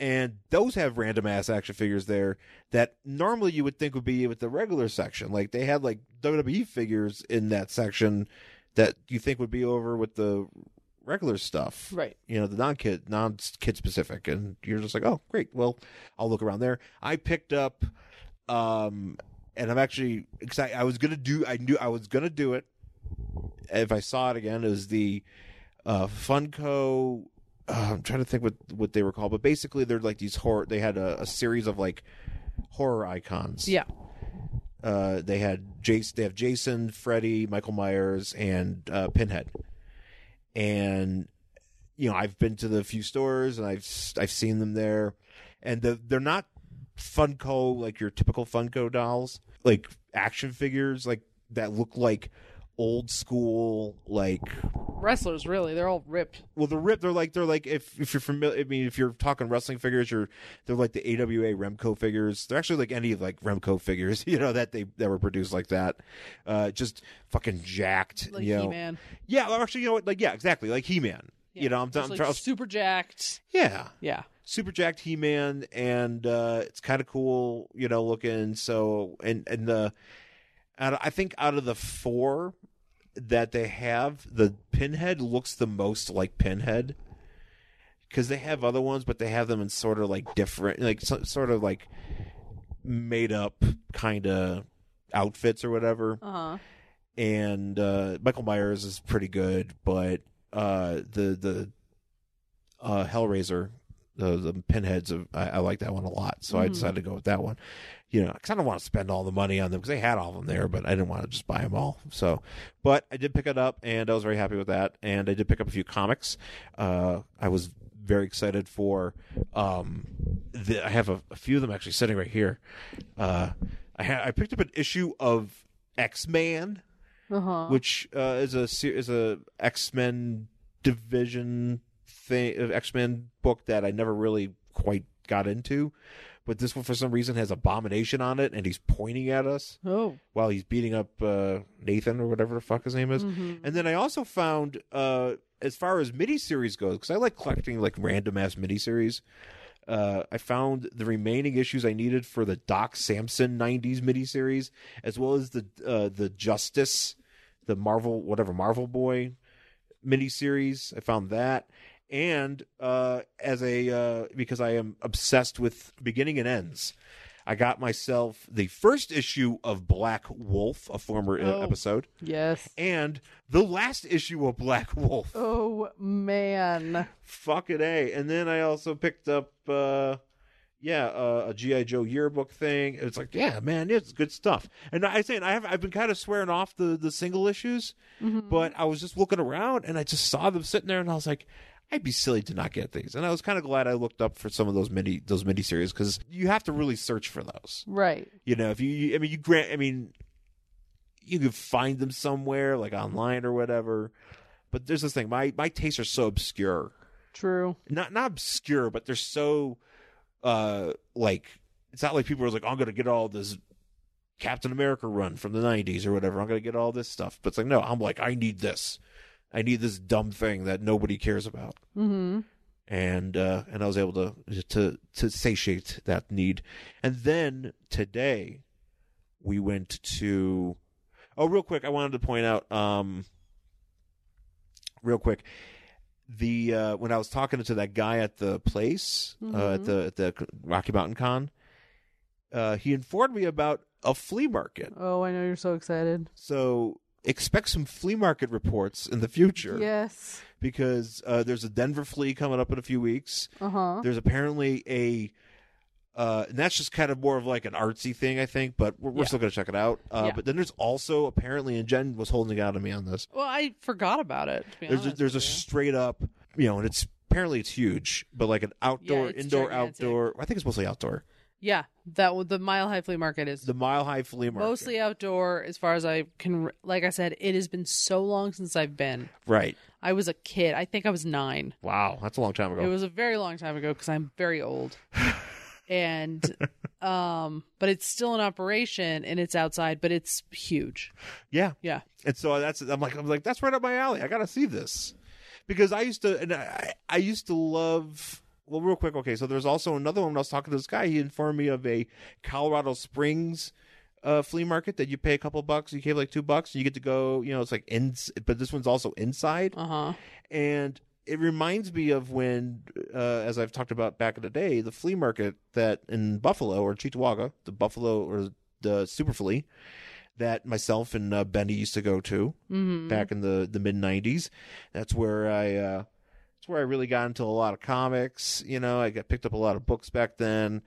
and those have random ass action figures there that normally you would think would be with the regular section. Like they had like WWE figures in that section that you think would be over with the regular stuff Right. you know the non kid non kid specific and you're just like oh great well i'll look around there i picked up um and i'm actually excited i was gonna do i knew i was gonna do it if i saw it again it was the uh funko uh, i'm trying to think what what they were called but basically they're like these horror they had a, a series of like horror icons Yeah. uh, they had Jason, they have Jason, Freddy, Michael Myers, and uh, Pinhead. And you know, I've been to the few stores and I've I've seen them there, and the, they're not Funko like your typical Funko dolls, like action figures like that look like old school like Wrestlers really, they're all ripped. well the rip they're like they're like if if you're familiar i mean if you're talking wrestling figures you're they're like the awa remco figures they're actually like any of like remco figures you know that they that were produced like that uh just fucking jacked Like you know He-Man. yeah well, actually you know what like yeah exactly like he-man you know i'm, Just, I'm like, trying- super jacked. yeah Yeah. super jacked he-man and uh it's kind of cool you know looking so and and the out of- i think out of the four that they have the pinhead looks the most like pinhead because they have other ones but they have them in sort of like different like so, sort of like made up kind of outfits or whatever Uh huh. and uh michael myers is pretty good but uh the the uh hellraiser the, the pinheads of I, I like that one a lot so i Mhm. decided to go with that one you know because i don't want to spend all the money on them because they had all of them there but i didn't want to just buy them all so but i did pick it up and i was very happy with that and i did pick up a few comics uh i was very excited for um the, i have a, a few of them actually sitting right here uh i ha- i picked up an issue of x-man Uh huh. which uh, is a se- is a X Men division thing, X Men book that I never really quite got into. But this one, for some reason, has Abomination on it, and he's pointing at us Oh. while he's beating up uh, Nathan or whatever the fuck his name is. Mhm. And then I also found, uh, as far as miniseries goes, because I like collecting like random ass miniseries. Uh, I found the remaining issues I needed for the Doc Samson '90s miniseries, as well as the uh, the Justice, the Marvel whatever Marvel Boy miniseries. I found that, and uh, as a uh, because I am obsessed with beginning and ends. I got myself the first issue of Black Wolf, a former uh, Oh. episode, Yes. and the last issue of Black Wolf. Oh man. Fuck it, a. And then I also picked up, uh, yeah, uh, a GI Joe yearbook thing. It's like, yeah, man, it's good stuff. And I saying I have I've been kind of swearing off the the single issues, but I was just looking around and I just saw them sitting there, and I was like. I'd be silly to not get these, and I was kind of glad I looked up for some of those mini those mini series because you have to really search for those. Right. You know, if you, you I mean, you grant, I mean, you could find them somewhere like online or whatever. But there's this thing my my tastes are so obscure True. not not obscure, but they're so uh like it's not like people are like, I'm gonna get all this Captain America run from the nineties or whatever. I'm gonna get all this stuff. But it's like, no, I'm like, I need this. I need this dumb thing that nobody cares about. Mm-hmm. And uh and I was able to to to satiate that need. And then today we went to Oh, real quick, I wanted to point out um real quick the uh, when I was talking to that guy at the place uh, at Mhm. the at the Rocky Mountain Con, uh, he informed me about a flea market. Oh, I know you're so excited. So expect some flea market reports in the future Yes. because uh, there's a Denver flea coming up in a few weeks. Uh huh. There's apparently a. Uh, and that's just kind of more of like an artsy thing, I think, but we're, we're Yeah. still going to check it out. Uh, Yeah. But then there's also apparently, and Jen was holding out on me on this, Well, I forgot about it. To be there's a, honest there's a with you. straight up you know and it's apparently it's huge but like an outdoor it's indoor gigantic. outdoor i think it's mostly outdoor yeah that w- the Mile High Flea Market is the mile high flea market mostly outdoor. As far as I can, re- like I said, it has been so long since I've been. right I was a kid. I think I was nine. wow that's a long time ago It was a very long time ago because I'm very old. and um but it's still in operation and it's outside but it's huge yeah yeah and so that's i'm like i'm like that's right up my alley i gotta see this because i used to and i i used to love well real quick okay so there's also another one when i was talking to this guy he informed me of a colorado springs uh, flea market that you pay a couple bucks you pay like two bucks and you get to go you know it's like in but this one's also inside uh-huh and it reminds me of when, uh, as I've talked about back in the day, the flea market that in Buffalo or Cheektowaga, the Buffalo or the Super Flea, that myself and uh, Benny used to go to mm-hmm. back in the, the mid '90s. That's where I, uh, that's where I really got into a lot of comics. You know, I got picked up a lot of books back then.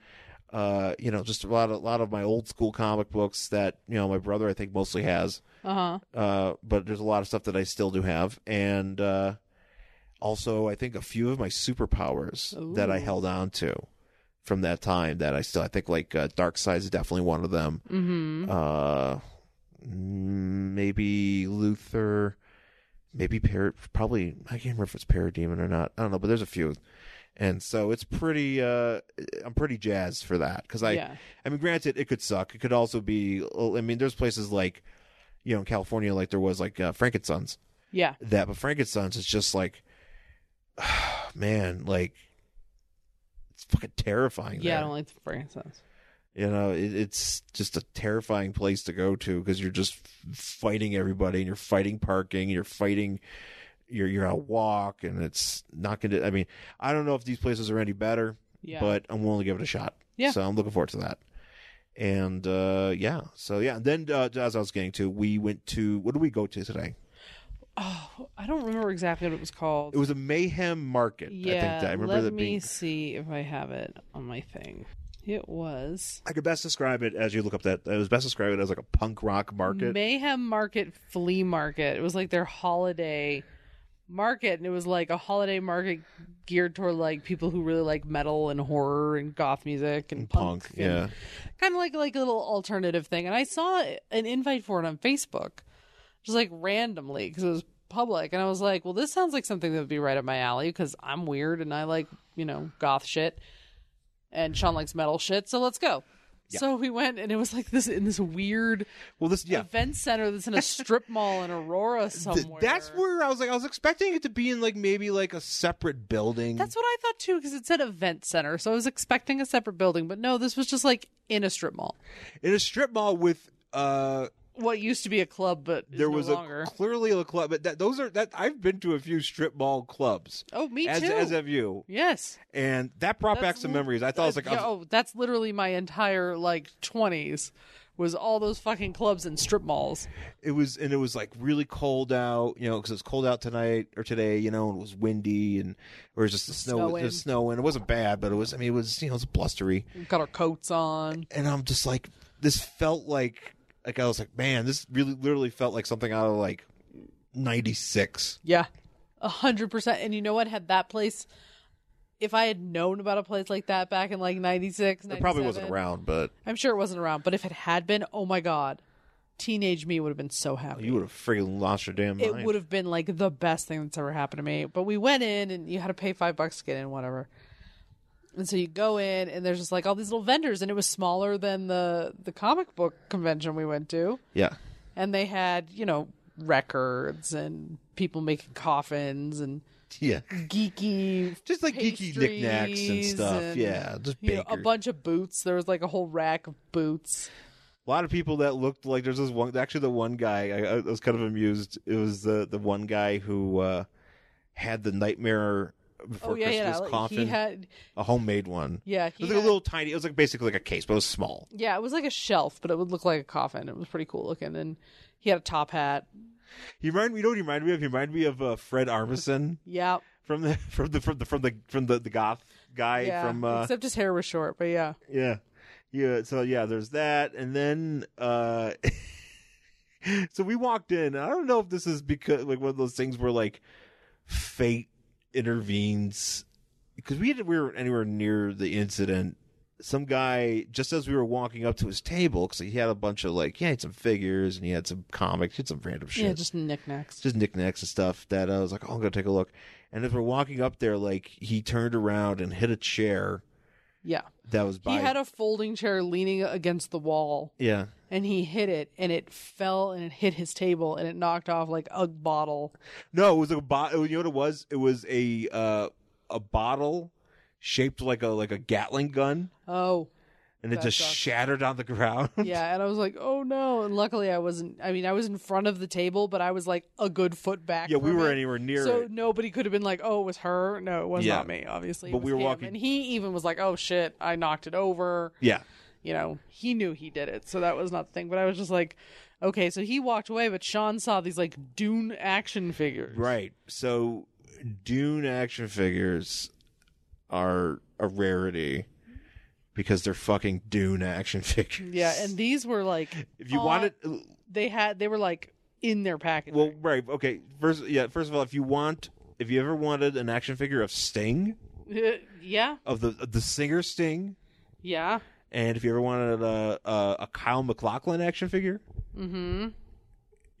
Uh, you know, just a lot of lot of my old school comic books that you know my brother I think mostly has uh-huh uh, but there's a lot of stuff that I still do have, and uh, also I think a few of my superpowers that I Ooh. held on to from that time that I still I think like uh, Dark Side is definitely one of them. mm-hmm Uh, mm, maybe Luther, maybe Par- probably I can't remember if it's Parademon or not. I don't know, but there's a few. And so it's pretty. Uh, I'm pretty jazzed for that because I, yeah I mean, granted, it could suck. It could also be. I mean, there's places like, you know, in California, like there was like uh, Frankenstein's yeah that, but Frankenstein's is just like, man, like it's fucking terrifying. yeah i there. don't like the frankincense you know, it, it's just a terrifying place to go to because you're just fighting everybody and you're fighting parking, you're fighting. You're you're out walk and it's not gonna. I mean, I don't know if these places are any better yeah but I'm willing to give it a shot. Yeah. So I'm looking forward to that. And uh, yeah, so yeah. And then uh, as I was getting to, we went to what did we go to today? oh i don't remember exactly what it was called It was a mayhem market. I yeah think that I remember let that me being. see if i have it on my thing it was I could best describe it as you look up that. It was best described as like a punk rock market. Mayhem Market Flea Market. It was like their holiday market, and it was like a holiday market geared toward like people who really like metal and horror and goth music and punk. punk, yeah. kind of like like a little alternative thing. And I saw an invite for it on Facebook, just like randomly because it was public, and I was like, well, this sounds like something that would be right up my alley because I'm weird and I like you know goth shit, and Sean likes metal shit, so let's go. So we went, and it was like this in this weird Well, this yeah. event center that's in a strip mall in Aurora Th- somewhere. that's where I was like, I was expecting it to be in like maybe like a separate building. That's what I thought too, because it said event center, so I was expecting a separate building, but no, this was just like in a strip mall. in a strip mall with uh what used to be a club, but is there no was longer. a clearly a club, but that, those are that I've been to a few strip mall clubs. oh, me as, too. as have you, yes. and that brought back That's some li- memories. I thought I was like, I Yeah, was- oh, that's literally my entire like twenties was all those fucking clubs and strip malls. it was, and it was like really cold out, you know, because it was cold out tonight or today, you know, and it was windy and or it was just the snow, Snowing. it was snowing. It wasn't bad, but it was, I mean, it was, you know, it was blustery, We've got our coats on. and I'm just like, this felt like, like I was like, man, this really literally felt like something out of like '96. Yeah, a hundred percent. And you know what? Had that place, if I had known about a place like that back in like '96, It probably wasn't around, but I'm sure it wasn't around. But if it had been, oh my god, teenage me would have been so happy. you would have freaking lost your damn mind. it would have been like the best thing that's ever happened to me. But we went in and you had to pay five bucks to get in, whatever. And so you go in and there's just like all these little vendors and it was smaller than the the comic book convention we went to. yeah. And they had, you know, records and people making coffins and Yeah. geeky Just like geeky knickknacks and pastries stuff. and, yeah. Just you know, baker. a bunch of boots. There was like a whole rack of boots. a lot of people that looked like there's this one actually the one guy I, I was kind of amused. It was the the one guy who uh had the nightmare before oh yeah, Christmas yeah. like, coffin. He had a homemade one. yeah, It he was like had- a little tiny it was like basically like a case, but it was small. Yeah, it was like a shelf, but it would look like a coffin. It was pretty cool looking, and he had a top hat. He reminded me you know what he reminded me of? He reminded me of uh, Fred Armisen Yeah, from the from the from the from the from the, the goth guy yeah. from uh Except his hair was short, but yeah, Yeah. Yeah, so yeah, there's that and then uh so we walked in. I don't know if this is because like one of those things where like fate intervenes because we had, we were anywhere near the incident. Some guy just as we were walking up to his table cuz he had a bunch of like he had some figures and he had some comics, he had some random shit yeah, just knickknacks. just knickknacks and stuff that I was like, oh, I'm gonna take a look. And as we're walking up there, like he turned around and hit a chair Yeah, that was by. he had a folding chair leaning against the wall, yeah, and he hit it, and it fell, and it hit his table, and it knocked off like a bottle. no, it was a bottle. You know what it was? It was a uh, a bottle shaped like a like a Gatling gun, Oh, and it That just sucks. shattered on the ground. yeah, and I was like, oh no! And luckily, I wasn't. I mean, I was in front of the table, but I was like a good foot back. yeah, we from were it. anywhere near so it. nobody could have been like, "Oh, it was her." No, it was Yeah. not me, obviously. It But was we were him. walking- and he even was like, "Oh shit, I knocked it over." Yeah, You know, he knew he did it, so that was not the thing. But I was just like, "Okay." So he walked away, but Sean saw these like Dune action figures. right. So Dune action figures are a rarity because they're fucking Dune action figures. Yeah, and uh, these were like if you on- wanted, they had they were like in their package. Well, right. Okay. First, yeah. First of all, if you want, if you ever wanted an action figure of Sting, yeah, of the of the singer Sting, yeah. and if you ever wanted a a, a Kyle McLaughlin action figure, Mm-hmm.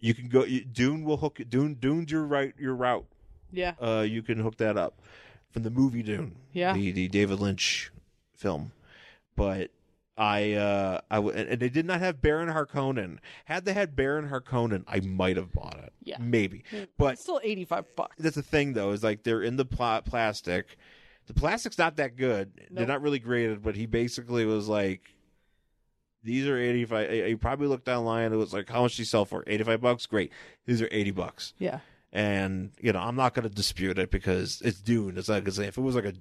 you can go. You, Dune will hook. Dune Dune's your right your route. Yeah. Uh, you can hook that up from the movie Dune. Yeah. The the David Lynch film, but. I uh I w- and and they did not have Baron Harkonnen. Had they had Baron Harkonnen, I might have bought it. Yeah. Hmm. maybe. But Still eighty five bucks. that's the thing though is like they're in the pla- plastic the plastic's not that good they're Nope. not really graded but he basically was like these are 85 he he probably looked online and it was like how much do you sell for 85 bucks great these are 80 bucks Yeah. and you know i'm not going to dispute it because it's dune it's like it's- if it was like a,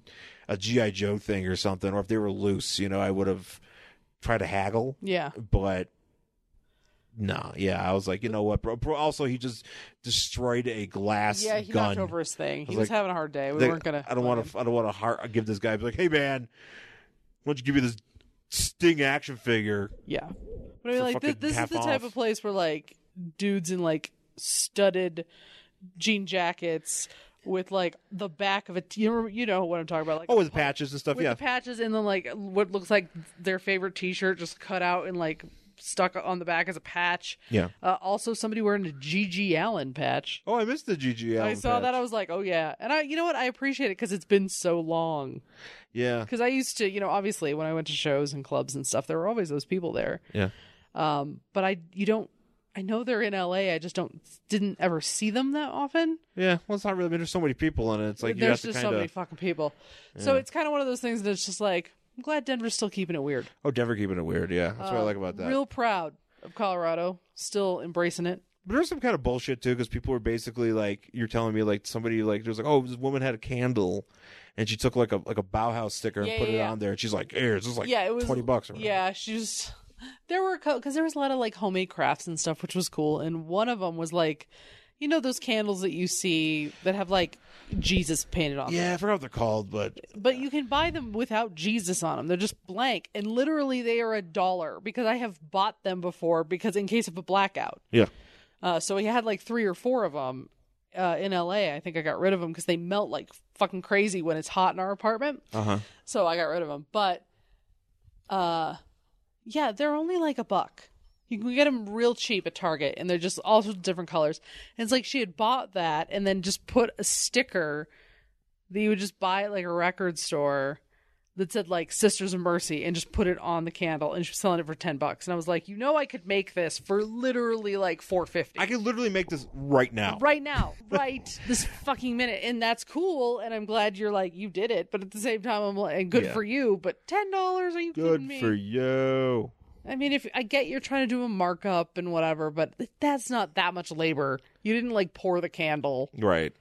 a gi joe thing or something or if they were loose you know i would have tried to haggle Yeah. but no, yeah, I was like, you know what, bro? bro also, he just destroyed a glass Yeah, he gun. knocked over his thing. He was was, like, having a hard day. We They- weren't gonna. I don't want to. I don't want to heart, uh, give this guy. Be like, hey man, why don't you give me this Sting action figure? Yeah. But I mean, For like, this, fucking this is half the type off. of place where, like, dudes in, like, studded jean jackets with, like, the back of a. T- you, remember, you know what I'm talking about. Like, Oh, with patches and stuff. with yeah, the patches and then, like, what looks like their favorite t shirt just cut out and, like, stuck on the back as a patch. yeah. Uh, also, somebody wearing a G.G. Allen patch. Oh, I missed the GGL. I saw that. I patch. was like, oh, yeah. And I, you know what? I appreciate it because it's been so long. Yeah, Because I used to, you know, obviously when I went to shows and clubs and stuff, there were always those people there. yeah. Um, but I you don't I know they're in LA. I just don't didn't ever see them that often. Yeah, well, it's not really. I mean, there's so many people in it. It's like you have There's to just kind so of. many fucking people. So it's kind of one of those things that's just like I'm glad Denver's still keeping it weird. Oh, Denver keeping it weird. Yeah, that's what I Uh, like about that. Real proud. of Colorado, still embracing it. But there's some kind of bullshit too, because people were basically like, "You're telling me like somebody like was like, oh, this woman had a candle, and she took like a like a Bauhaus sticker Yeah, and put yeah, it yeah. on there, and she's like, here, this is like yeah, it was twenty bucks, or whatever. Yeah, she was. There were because there was a lot of like homemade crafts and stuff, which was cool. And one of them was like, you know, those candles that you see that have like Jesus painted on. them. yeah, I forgot what they're called, but But you can buy them without Jesus on them. They're just blank, and literally they are a dollar because I have bought them before because in case of a blackout. yeah, Uh, so he had like three or four of them uh, in L.A. I think I got rid of them because they melt like fucking crazy when it's hot in our apartment. uh huh, So I got rid of them. But uh yeah, they're only like a buck. You can get them real cheap at Target and they're just all sorts of different colors. And it's like she had bought that and then just put a sticker that you would just buy at like a record store that said like Sisters of Mercy and just put it on the candle and she was selling it for 10 bucks. And I was like, "You know I could make this for literally like 450." I could literally make this right now. right now, right this fucking minute. And that's cool. And I'm glad you're like, you did it. But at the same time, I'm like, good Yeah. for you. But $10, are you Good kidding me? for you. I mean, if I get you're trying to do a markup and whatever, but that's not that much labor. You didn't like pour the candle, Right.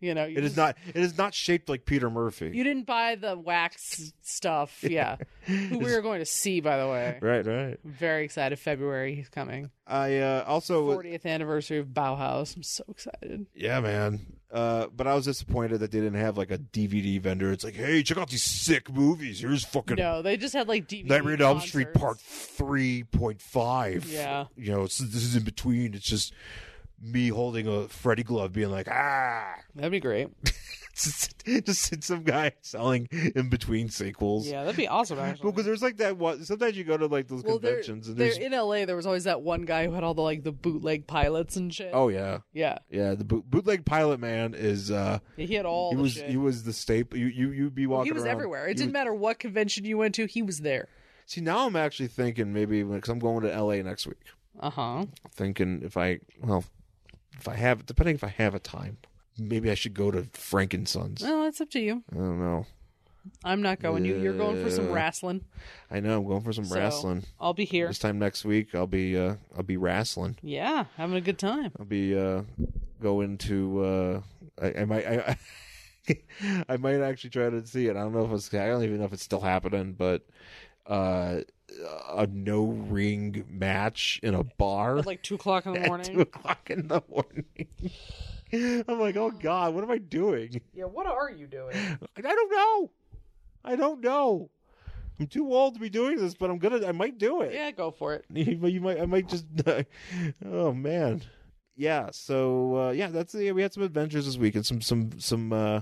you know? You It is just- not. It is not shaped like Peter Murphy. You didn't buy the wax stuff. Yeah. Who we were going to see, by the way. right. Right. I'm very excited. February, he's coming. I uh, also 40th anniversary of Bauhaus. I'm so excited. Yeah, man. Uh, but I was disappointed that they didn't have like a DVD vendor. It's like, hey, check out these sick movies. Here's fucking No, they just had like DVD. Nightmare on Elm Street concerts. Part Three Point Five. Yeah. you know, it's, this is in between. It's just me holding a Freddy glove, being like, ah, That'd be great. just, just some guy selling in between sequels. Yeah, that'd be awesome, actually. because there's like that one. Sometimes you go to like those there- conventions and there- there's in LA there was always that one guy who had all the like the bootleg pilots and shit. oh yeah, yeah, yeah. The boot, bootleg pilot man is uh, Yeah, he had all he the was shit. he was the staple. You you you'd be He walking. was around. everywhere. It You- didn't matter what convention you went to, he was there. See, now I'm actually thinking maybe because I'm going to LA next week. Uh huh. Thinking if I well, if I have depending if I have a time, maybe I should go to Frank and Sons. I Well, that's up to you. don't know. I'm not going. You you're going for some Yeah. wrestling. I know I'm going for some So, wrestling I'll be here. this time next week. I'll be uh I'll be wrestling. Yeah, having a good time. I'll be uh going to uh I, I might I. I I might actually try to see it. I don't know if it's. I don't even know if it's still happening, but uh, a no ring match in a bar. It's like two o'clock in the at two morning. o'clock in the morning. I'm like, oh god, what am I doing? Yeah, what are you doing? I don't know. I don't know. I'm too old to be doing this, but I'm gonna. I might do it. Yeah, go for it. You might- you might. I might just. oh man. Yeah. So uh, yeah, that's yeah. We had some adventures this week and some some some uh,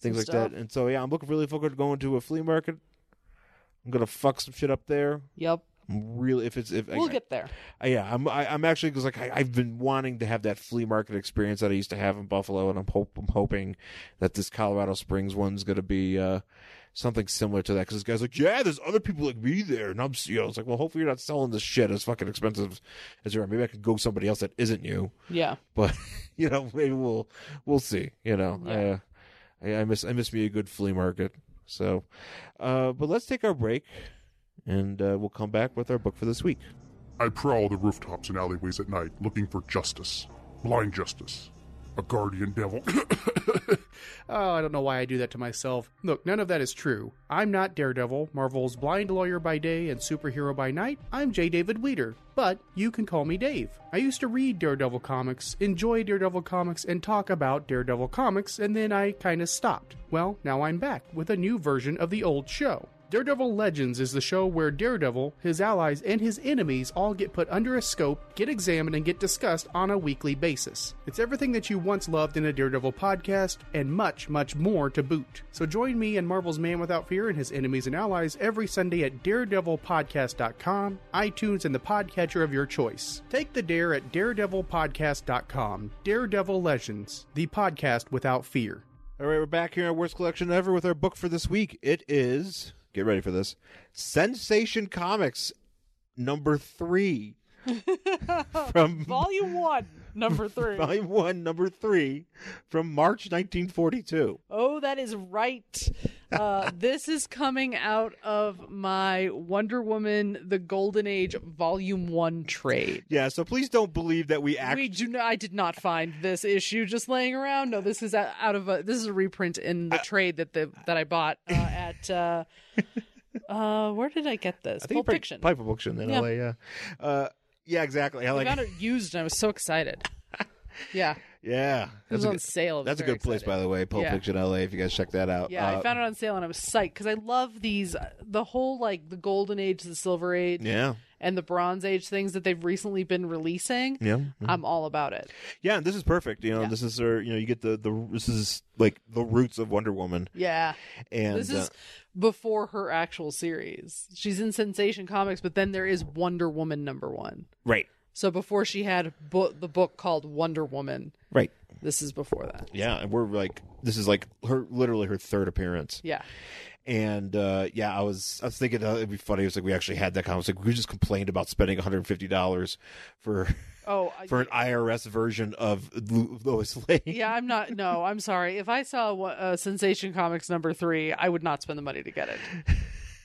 things Some like stuff. that. And so yeah, I'm looking really forward to going to a flea market. I'm gonna fuck some shit up there. Yep, I'm really, if it's if I- we'll get there. uh, yeah, I'm I, I'm actually because like I, I've been wanting to have that flea market experience that I used to have in Buffalo, and I'm hope I'm hoping that this Colorado Springs one's gonna be uh, something similar to that. Because this guy's like, yeah, there's other people like me there, and I'm you know, it's like, well, hopefully you're not selling this shit as fucking expensive as you are. Maybe I could go somebody else that isn't you, Yeah, but you know, maybe we'll we'll see. You know, Yeah. I, uh, I I miss I miss me a good flea market. So, uh, but let's take our break, and uh, we'll come back with our book for this week. I prowl the rooftops and alleyways at night looking for justice. Blind justice. A guardian devil. Oh, I don't know why I do that to myself. Look, none of that is true. I'm not Daredevil, Marvel's blind lawyer by day and superhero by night. I'm J. David Weeder, but you can call me Dave. I used to read Daredevil comics, enjoy Daredevil comics, and talk about Daredevil comics, and then I kinda stopped. Well, now I'm back with a new version of the old show. Daredevil Legends is the show where Daredevil, his allies, and his enemies all get put under a scope, get examined, and get discussed on a weekly basis. It's everything that you once loved in a Daredevil podcast, and much, much more to boot. So join me and Marvel's Man Without Fear and his enemies and allies every Sunday at daredevilpodcast.com, iTunes, and the podcatcher of your choice. Take the dare at daredevilpodcast.com. Daredevil Legends, the podcast without fear. All right, we're back here in our worst collection ever with our book for this week. It is get ready for this Sensation Comics number three from Volume One. number three. Volume 1, number 3, from March 1942. Oh, that is right. Uh, this is coming out of my Wonder Woman: The Golden Age Volume One trade. Yeah, so please don't believe that we actually. We do. Not, I did not find this issue just laying around. No, this is out out of a. This is a reprint in Uh, the trade that the that I bought uh, at. Uh, uh, where did I get this? Pulp Fiction. Pipe Fiction in Yeah. LA, yeah. Uh, yeah, exactly. I I like, got it used, and I was so excited. Yeah, yeah. it was a on good- sale. I was That's a very good place, excited. by the way, Pulp Yeah. Fiction LA. If you guys check that out, Yeah, Uh, I found it on sale and I was psyched because I love these uh, the whole like the golden age, the silver age, Yeah, and the bronze age things that they've recently been releasing. yeah, Mm-hmm. I'm all about it. yeah. And this is perfect. You know, Yeah. this is her. You know, you get the the this is like the roots of Wonder Woman, Yeah. and this uh, is before her actual series. She's in Sensation Comics, but then there is Wonder Woman number 1. right, So before she had bo- the book called Wonder Woman, right. this is before that. Yeah, and we're like, this is like her literally her third appearance. Yeah. And uh, yeah, I was I was thinking uh, it'd be funny. It was like we actually had that conversation. Like, we just complained about spending 150 dollars for Oh, I- for an IRS version of Lu- Lois Lane. yeah, I'm not. No, I'm sorry. If I saw wha- uh, Sensation Comics number three, I would not spend the money to get it.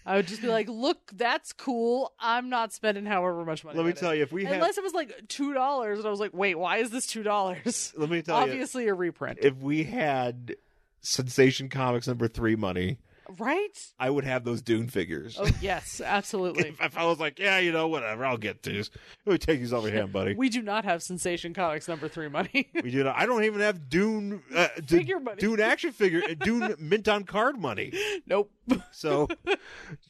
I would just be like, "Look, that's cool. I'm not spending however much money." Let me that tell is." you, if we had- unless it was like two dollars, and I was like, "Wait, why is this two dollars?" Let me tell you, Obviously, a reprint, if we had Sensation Comics number three money, right? I would have those Dune figures. Oh yes, absolutely. If, if I was like, yeah, you know, whatever, I'll get these. Let me take these off your hand, buddy. we do not have Sensation Comics number three money. We do. not- I don't even have Dune uh, d- Figure money. Dune action figure, uh, Dune mint on card money. nope. So,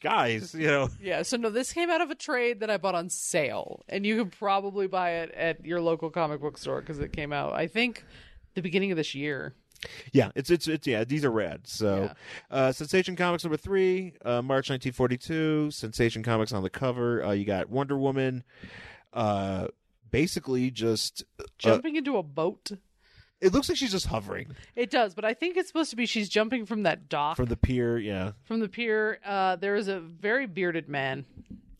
guys, you know, Yeah. So no, this came out of a trade that I bought on sale, and you can probably buy it at your local comic book store because it came out, I think, the beginning of this year. Uh, yeah, it's it's it's yeah. These are rad. So, uh, Sensation Comics number three, uh, March 1942. Sensation Comics on the cover. Uh, you got Wonder Woman. Uh, basically, just uh, Jumping into a boat. it looks like she's just hovering It does, but I think it's supposed to be she's jumping from that dock from the pier. Yeah, from the pier. Uh, there is a very bearded man.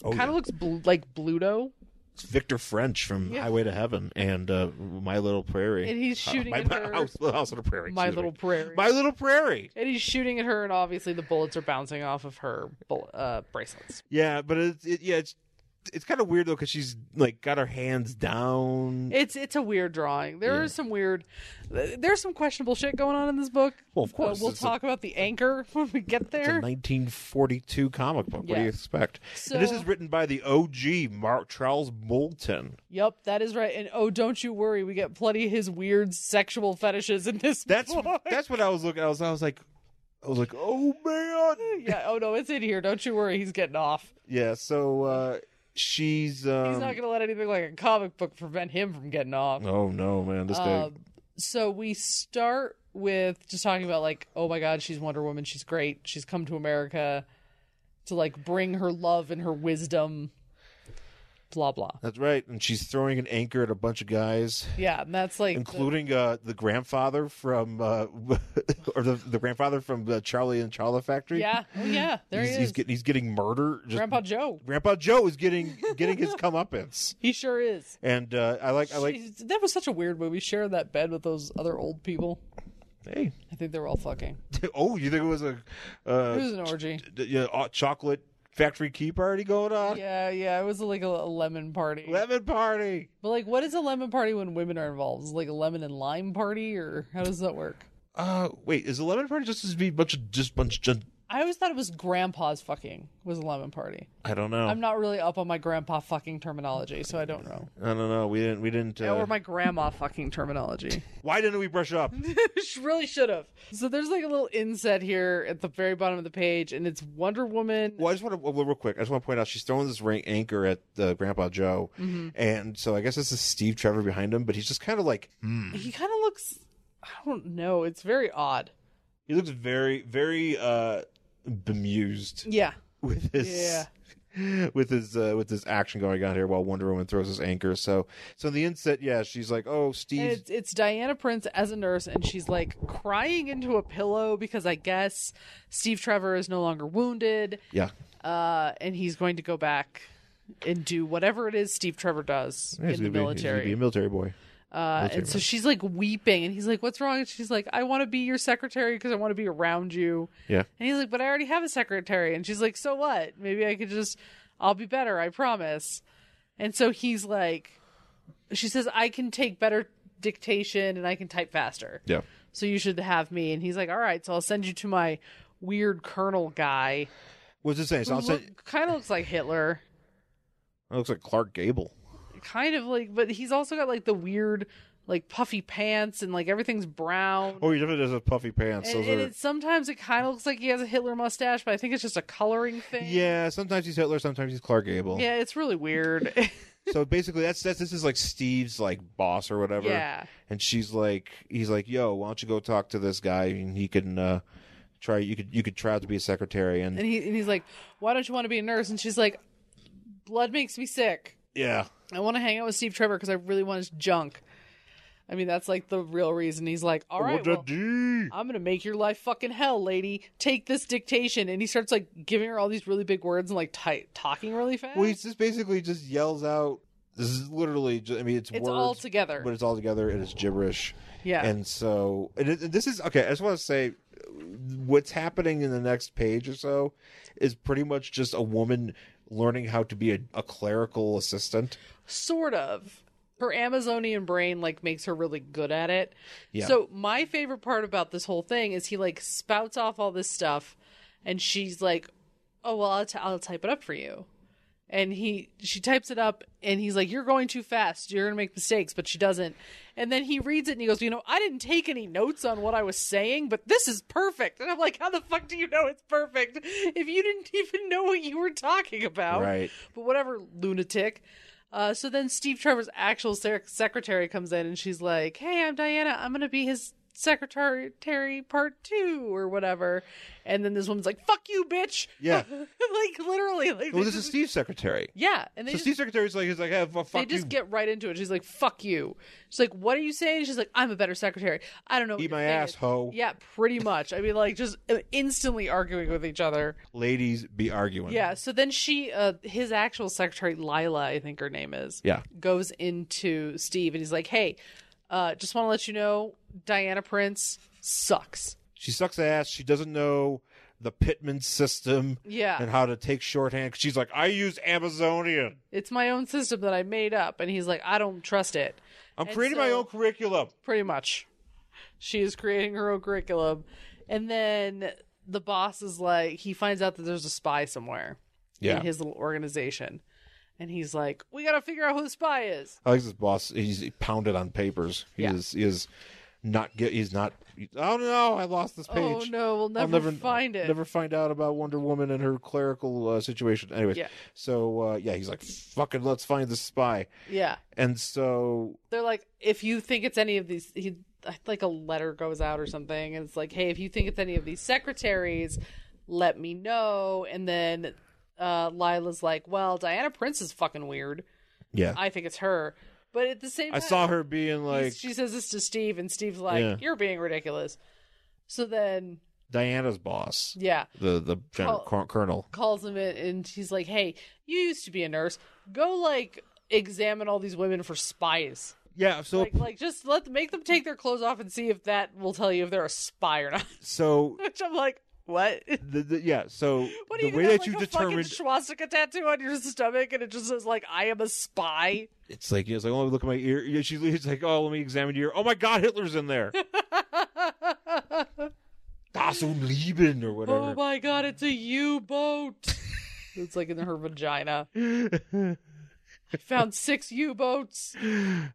Oh, kind of yeah. looks bl- like Bluto, it's Victor French from Yeah. Highway to Heaven and uh, My Little Prairie. and he's shooting Uh, my, at her. House, House on the Prairie. my excuse me. little prairie. My Little Prairie. and he's shooting at her, and obviously the bullets are bouncing off of her bull- uh, bracelets. Yeah, but it's it, yeah, it's it's kind of weird though because she's like got her hands down. It's it's a weird drawing. There is some weird, there's some questionable shit going on in this book. Well, of course, Uh, we'll it's a- talk about the anchor when we get it's a there. 1942 comic book. What do Yeah. you expect? And this So- is written by the OG Mark Charles Moulton. Yep, that is right. And oh, don't you worry, we get plenty of his weird sexual fetishes in this. That's book. that's what I was looking. I was I was like, I was like, oh man, yeah. Oh no, it's in here. Don't you worry, he's getting off. yeah. So uh, she's um, He's not gonna let anything like a comic book prevent him from getting off. oh no, man, this Uh, guy. so we start with just talking about like, oh my god, she's Wonder Woman. She's great. She's come to America to like bring her love and her wisdom. Blah blah. That's right, and she's throwing an anchor at a bunch of guys. Yeah, and that's like the- including uh, the grandfather from uh, or the, the grandfather from uh, Charlie and Charlie Factory. yeah, oh yeah. There he's, he is, he's getting he's getting murdered. Just- Grandpa Joe. Grandpa Joe is getting getting his comeuppance, He sure is. and uh, I like I like. Jeez, that was such a weird movie. Sharing that bed with those other old people. Hey, I think they were all fucking. oh, you think it was a uh, It was an orgy. d- yeah, uh, chocolate factory key party going on? Yeah, yeah. It was like a, a lemon party. Lemon party. But like, what is a lemon party when women are involved? Is it like a lemon and lime party, or how does that work? Uh, wait, is the lemon party just to be a bunch of just bunch of? I always thought it was grandpa's fucking was a lemon party. I don't know. I'm not really up on my grandpa fucking terminology, so I don't know. I don't know. We didn't. We didn't. Uh, Or my grandma fucking terminology. why didn't we brush up? Sh- really should have. So there's like a little inset here at the very bottom of the page, and it's Wonder Woman. Well, I just want to well, real quick. I just want to point out she's throwing this ring anchor at uh, Grandpa Joe, Mm-hmm. and so I guess this is Steve Trevor behind him, but he's just kind of like He kind of looks. I don't know. It's very odd. he looks very, very uh bemused Yeah. with his with his uh, with his action going on here while Wonder Woman throws his anchor. So, so in the inset, yeah, she's like, "Oh, And Steve." it's, it's Diana Prince as a nurse, and she's like crying into a pillow because I guess Steve Trevor is no longer wounded, Yeah, uh, and he's going to go back and do whatever it is Steve Trevor does Yeah, he's in the gonna be- he's gonna military. be a military boy. Uh, We'll take and so that. she's like weeping, and he's like, "What's wrong?" And she's like, "I want to be your secretary because I want to be around you." Yeah. And he's like, "But I already have a secretary." And she's like, "So what? Maybe I could just, I'll be better. I promise." And so he's like, "She says I can take better dictation and I can type faster." Yeah. so you should have me. And he's like, all right, so I'll send you to my weird colonel guy. What's it say? So I'll who say, look, kind of looks like Hitler, it looks like Clark Gable. kind of like, but he's also got like the weird, like puffy pants and like everything's brown. Oh, he definitely does have puffy pants. and Those and are. it, sometimes it kind of looks like he has a Hitler mustache, but I think it's just a coloring thing. Yeah, sometimes he's Hitler, sometimes he's Clark Gable. Yeah, it's really weird. So basically, that's that's this is like Steve's like boss or whatever. yeah. and she's like he's like yo why don't you go talk to this guy and he can uh try you could you could try out to be a secretary and, And, he, and he's like, why don't you want to be a nurse? And she's like, blood makes me sick. yeah I want to hang out with Steve Trevor because I really want his junk. I mean, that's like the real reason. He's like, all right, well, I'm gonna make your life fucking hell, lady. Take this dictation, and he starts like giving her all these really big words and like ti talking really fast. well he just basically just yells out this is literally just, i mean it's, it's words all together. but it's all together and it's gibberish yeah, and so and it, and this is okay i just want to say what's happening in the next page or so is pretty much just a woman learning how to be a, a clerical assistant sort of. Her Amazonian brain like makes her really good at it. Yeah. So my favorite part about this whole thing is he like spouts off all this stuff, and she's like, "Oh well, I'll, t- I'll type it up for you." and he she types it up and he's like you're going too fast you're going to make mistakes but she doesn't and then he reads it and he goes you know i didn't take any notes on what i was saying but this is perfect and i'm like how the fuck do you know it's perfect if you didn't even know what you were talking about Right. but whatever lunatic uh, so then steve trevor's actual sec- secretary comes in and she's like hey i'm diana i'm going to be his secretary Terry part two or whatever and then this woman's like fuck you bitch Yeah. like literally like well they this is just- steve's secretary yeah, and they so just steve's secretary's like he's like hey, fuck they just you. get right into it. She's like, "Fuck you." She's like, "What are you saying?" She's like, "I'm a better secretary. I don't know." what Eat your my thing ass, is." hoe. Yeah, pretty much. I mean, like, just uh, instantly arguing with each other. ladies be arguing Yeah. So then she, uh, his actual secretary, Lila, I think her name is, Yeah. goes into Steve and he's like, "Hey, uh, just want to let you know, Diana Prince sucks." She sucks ass. She doesn't know the Pittman system Yeah. and how to take shorthand. She's like, I use Amazonian. It's my own system that I made up, and he's like, "I don't trust it." I'm And creating my so- own curriculum. pretty much. She is creating her own curriculum. And then the boss is like, he finds out that there's a spy somewhere Yeah. in his little organization. And he's like, we got to figure out who the spy is. I like this boss. He's pounded on papers. He Yeah. is he is not get. He's not. Oh no! I lost this page. Oh, no, we'll I'll never, find it. Never find out about Wonder Woman and her clerical uh, situation. Anyways, Yeah. so uh, yeah, he's like, "Fucking, let's find the spy." Yeah. And so They're like, if you think it's any of these, he, like a letter goes out or something. And it's like, hey, if you think it's any of these secretaries, let me know. And then uh, Lila's like, well, Diana Prince is fucking weird. yeah, I, I think it's her. But at the same time, saw her being like, He's- she says this to Steve, and Steve's like, Yeah. "You're being ridiculous." So then, Diana's boss, yeah, the the general, colonel. calls him in, and she's like, "Hey, you used to be a nurse. Go like examine all these women for spies. Yeah, so Like, like just let make them take their clothes off and see if that will tell you if they're a spy or not." so Which I'm like, "What? the, the yeah, so What are the you way gonna that have, you like, a determined fucking swastika tattoo on your stomach, and it just says like, "I am a spy." it's like it's like oh look at my ear. Yeah, she, she's like oh let me examine your ear. Oh my God, Hitler's in there. Das und Lieben or Oh whatever. my god, it's a U boat. it's like in her vagina. I found six U boats.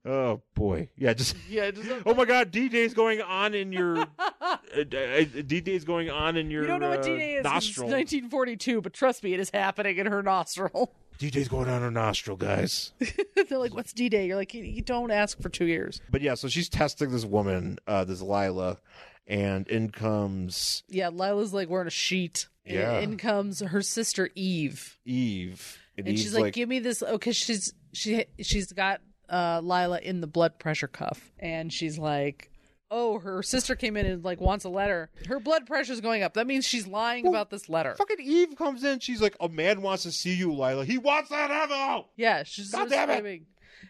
oh boy, yeah, just Yeah, just a- oh my God, D Day's going on in your uh, D Day's going on in your you don't know what uh, D-Day is. 'cause It's nostril. 1942, but trust me, it is happening in her nostril. D Day's going on her nostril, guys. They're like, "What's D-Day?" You're like, "You, you don't ask for two years." but yeah, so she's testing this woman, uh, this Lila, and in comes Yeah, Lila's like wearing a sheet. And Yeah. in comes her sister Eve, Eve, and Eve's she's like, "Give me this." Oh, because she's she she's got uh, Lila in the blood pressure cuff, and she's like, "Oh, her sister came in and like wants a letter. Her blood pressure's going up. That means she's lying about this letter." Fucking Eve comes in. She's like, "A man wants to see you, Lila. He wants that ammo." Yeah, she's God starts damn it. screaming.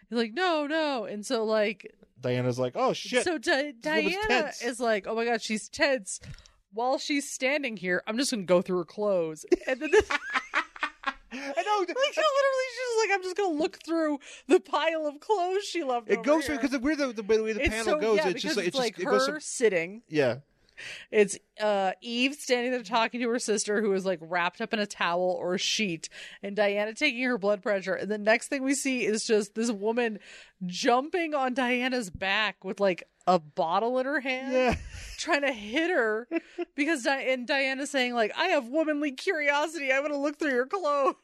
He's like, "No, no," and so like Diana's like, "Oh shit!" So Di- woman's Diana tense. is like, "Oh my god, she's tense." While she's standing here, I'm just gonna go through her clothes, and then this, like, I know. literally, she's just like, "I'm just gonna look through the pile of clothes she left." it over goes here. because the weird the, the way the It's panel so- goes, yeah, it's just because like it's like just, her it goes. Some, sitting. yeah, It's uh, Eve standing there talking to her sister, who is like wrapped up in a towel or a sheet, and Diana taking her blood pressure. And the next thing we see is just this woman jumping on Diana's back with like a bottle in her hand, Yeah. trying to hit her because Di- and Diana's saying like, "I have womanly curiosity. I want to look through your clothes."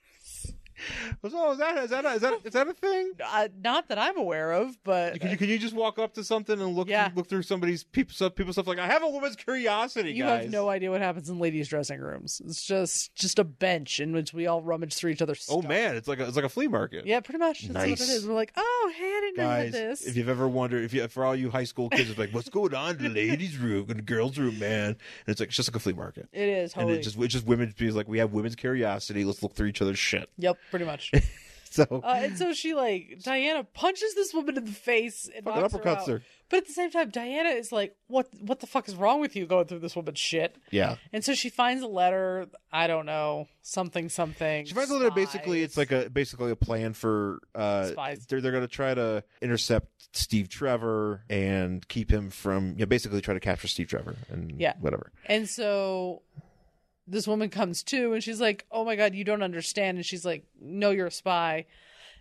So "Oh, is that is that a, is that is that a thing? Uh, not that I'm aware of, but Can you, can you just walk up to something and look Yeah. look through somebody's people stuff, people stuff like I have a woman's curiosity, You guys. have no idea what happens in ladies' dressing rooms. It's just just a bench in which we all rummage through each other's. Oh stuff. man, it's like a, it's like a flea market. Yeah, pretty much. That's what Nice. it is. We're like, oh, hey, I didn't know you had Guys, this. if you've ever wondered, if you, for all you high school kids, it's like, what's going on in the ladies' room and girls' room, man? And it's like, it's just like a flea market. it is And totally. it just, it's just women being like, we have women's curiosity. Let's look through each other's shit. Yep, pretty much. So, Uh, and so she like Diana punches this woman in the face and Fucking knocks her uppercuts out. her. But at the same time, Diana is like, "What? What the fuck is wrong with you going through this woman's shit?" yeah. And so she finds a letter. I don't know something something. She finds out that basically it's like a basically a plan for uh Spies. they're they're gonna try to intercept Steve Trevor and keep him from you know, basically try to capture Steve Trevor and Yeah. whatever. And so this woman comes to and she's like, Oh my God, you don't understand. And she's like, No, you're a spy.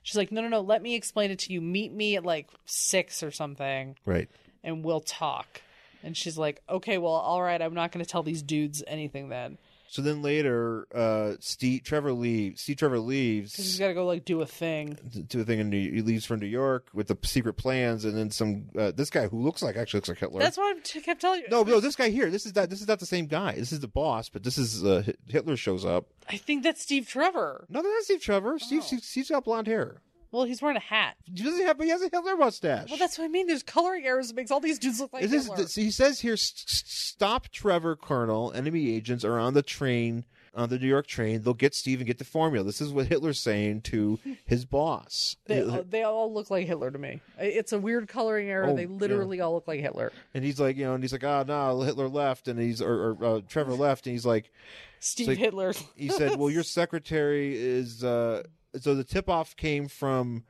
She's like, No, no, no, let me explain it to you. Meet me at like six or something Right. and we'll talk. And she's like, Okay, well, all right, I'm not going to tell these dudes anything then. So then later, uh Steve Trevor leaves Steve Trevor Because he's leaves got to go like do a thing. to a thing in New he leaves from New York with the secret plans and then some uh, this guy who looks like actually looks like Hitler. That's what I t- kept telling you. no, no, this guy here. This is that. This is not the same guy. This is the boss, but this is uh, Hit- Hitler shows up. I think that's Steve Trevor. No, that's not Steve Trevor. Oh. Steve, Steve, Steve's got blonde hair. Well, he's wearing a hat. He doesn't have, but he has a Hitler mustache. Well, that's what I mean. There's coloring errors that makes all these dudes look like Is this, Hitler. this- he says here, "S- s- stop Trevor, Colonel. Enemy agents are on the train, on the New York train. They'll get Steve and get the formula. This is what Hitler's saying to his boss. They, they all look like Hitler to me. It's a weird coloring error. Oh, they literally all look like Hitler. and he's like, you know, and he's like, ah, no, Hitler left, and he's or, or uh, Trevor left, and he's like, Steve like- Hitler. he said, well, your secretary is. uh So the tip off came from.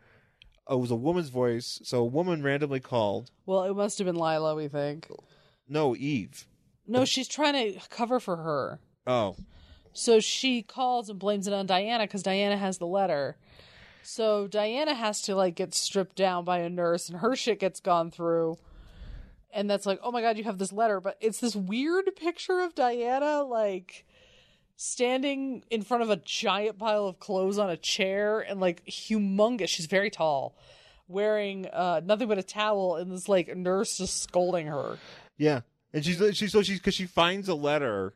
uh, It was a woman's voice, so a woman randomly called. Well, it must have been Lila, we think. No, Eve. No, she's trying to cover for her. Oh, So she calls and blames it on Diana because Diana has the letter. So Diana has to like get stripped down by a nurse and her shit gets gone through. And that's like, oh my god, you have this letter, but it's this weird picture of Diana like standing in front of a giant pile of clothes on a chair and like humongous. She's very tall, wearing uh nothing but a towel and this like nurse just scolding her. yeah. And she's she so she's because she finds a letter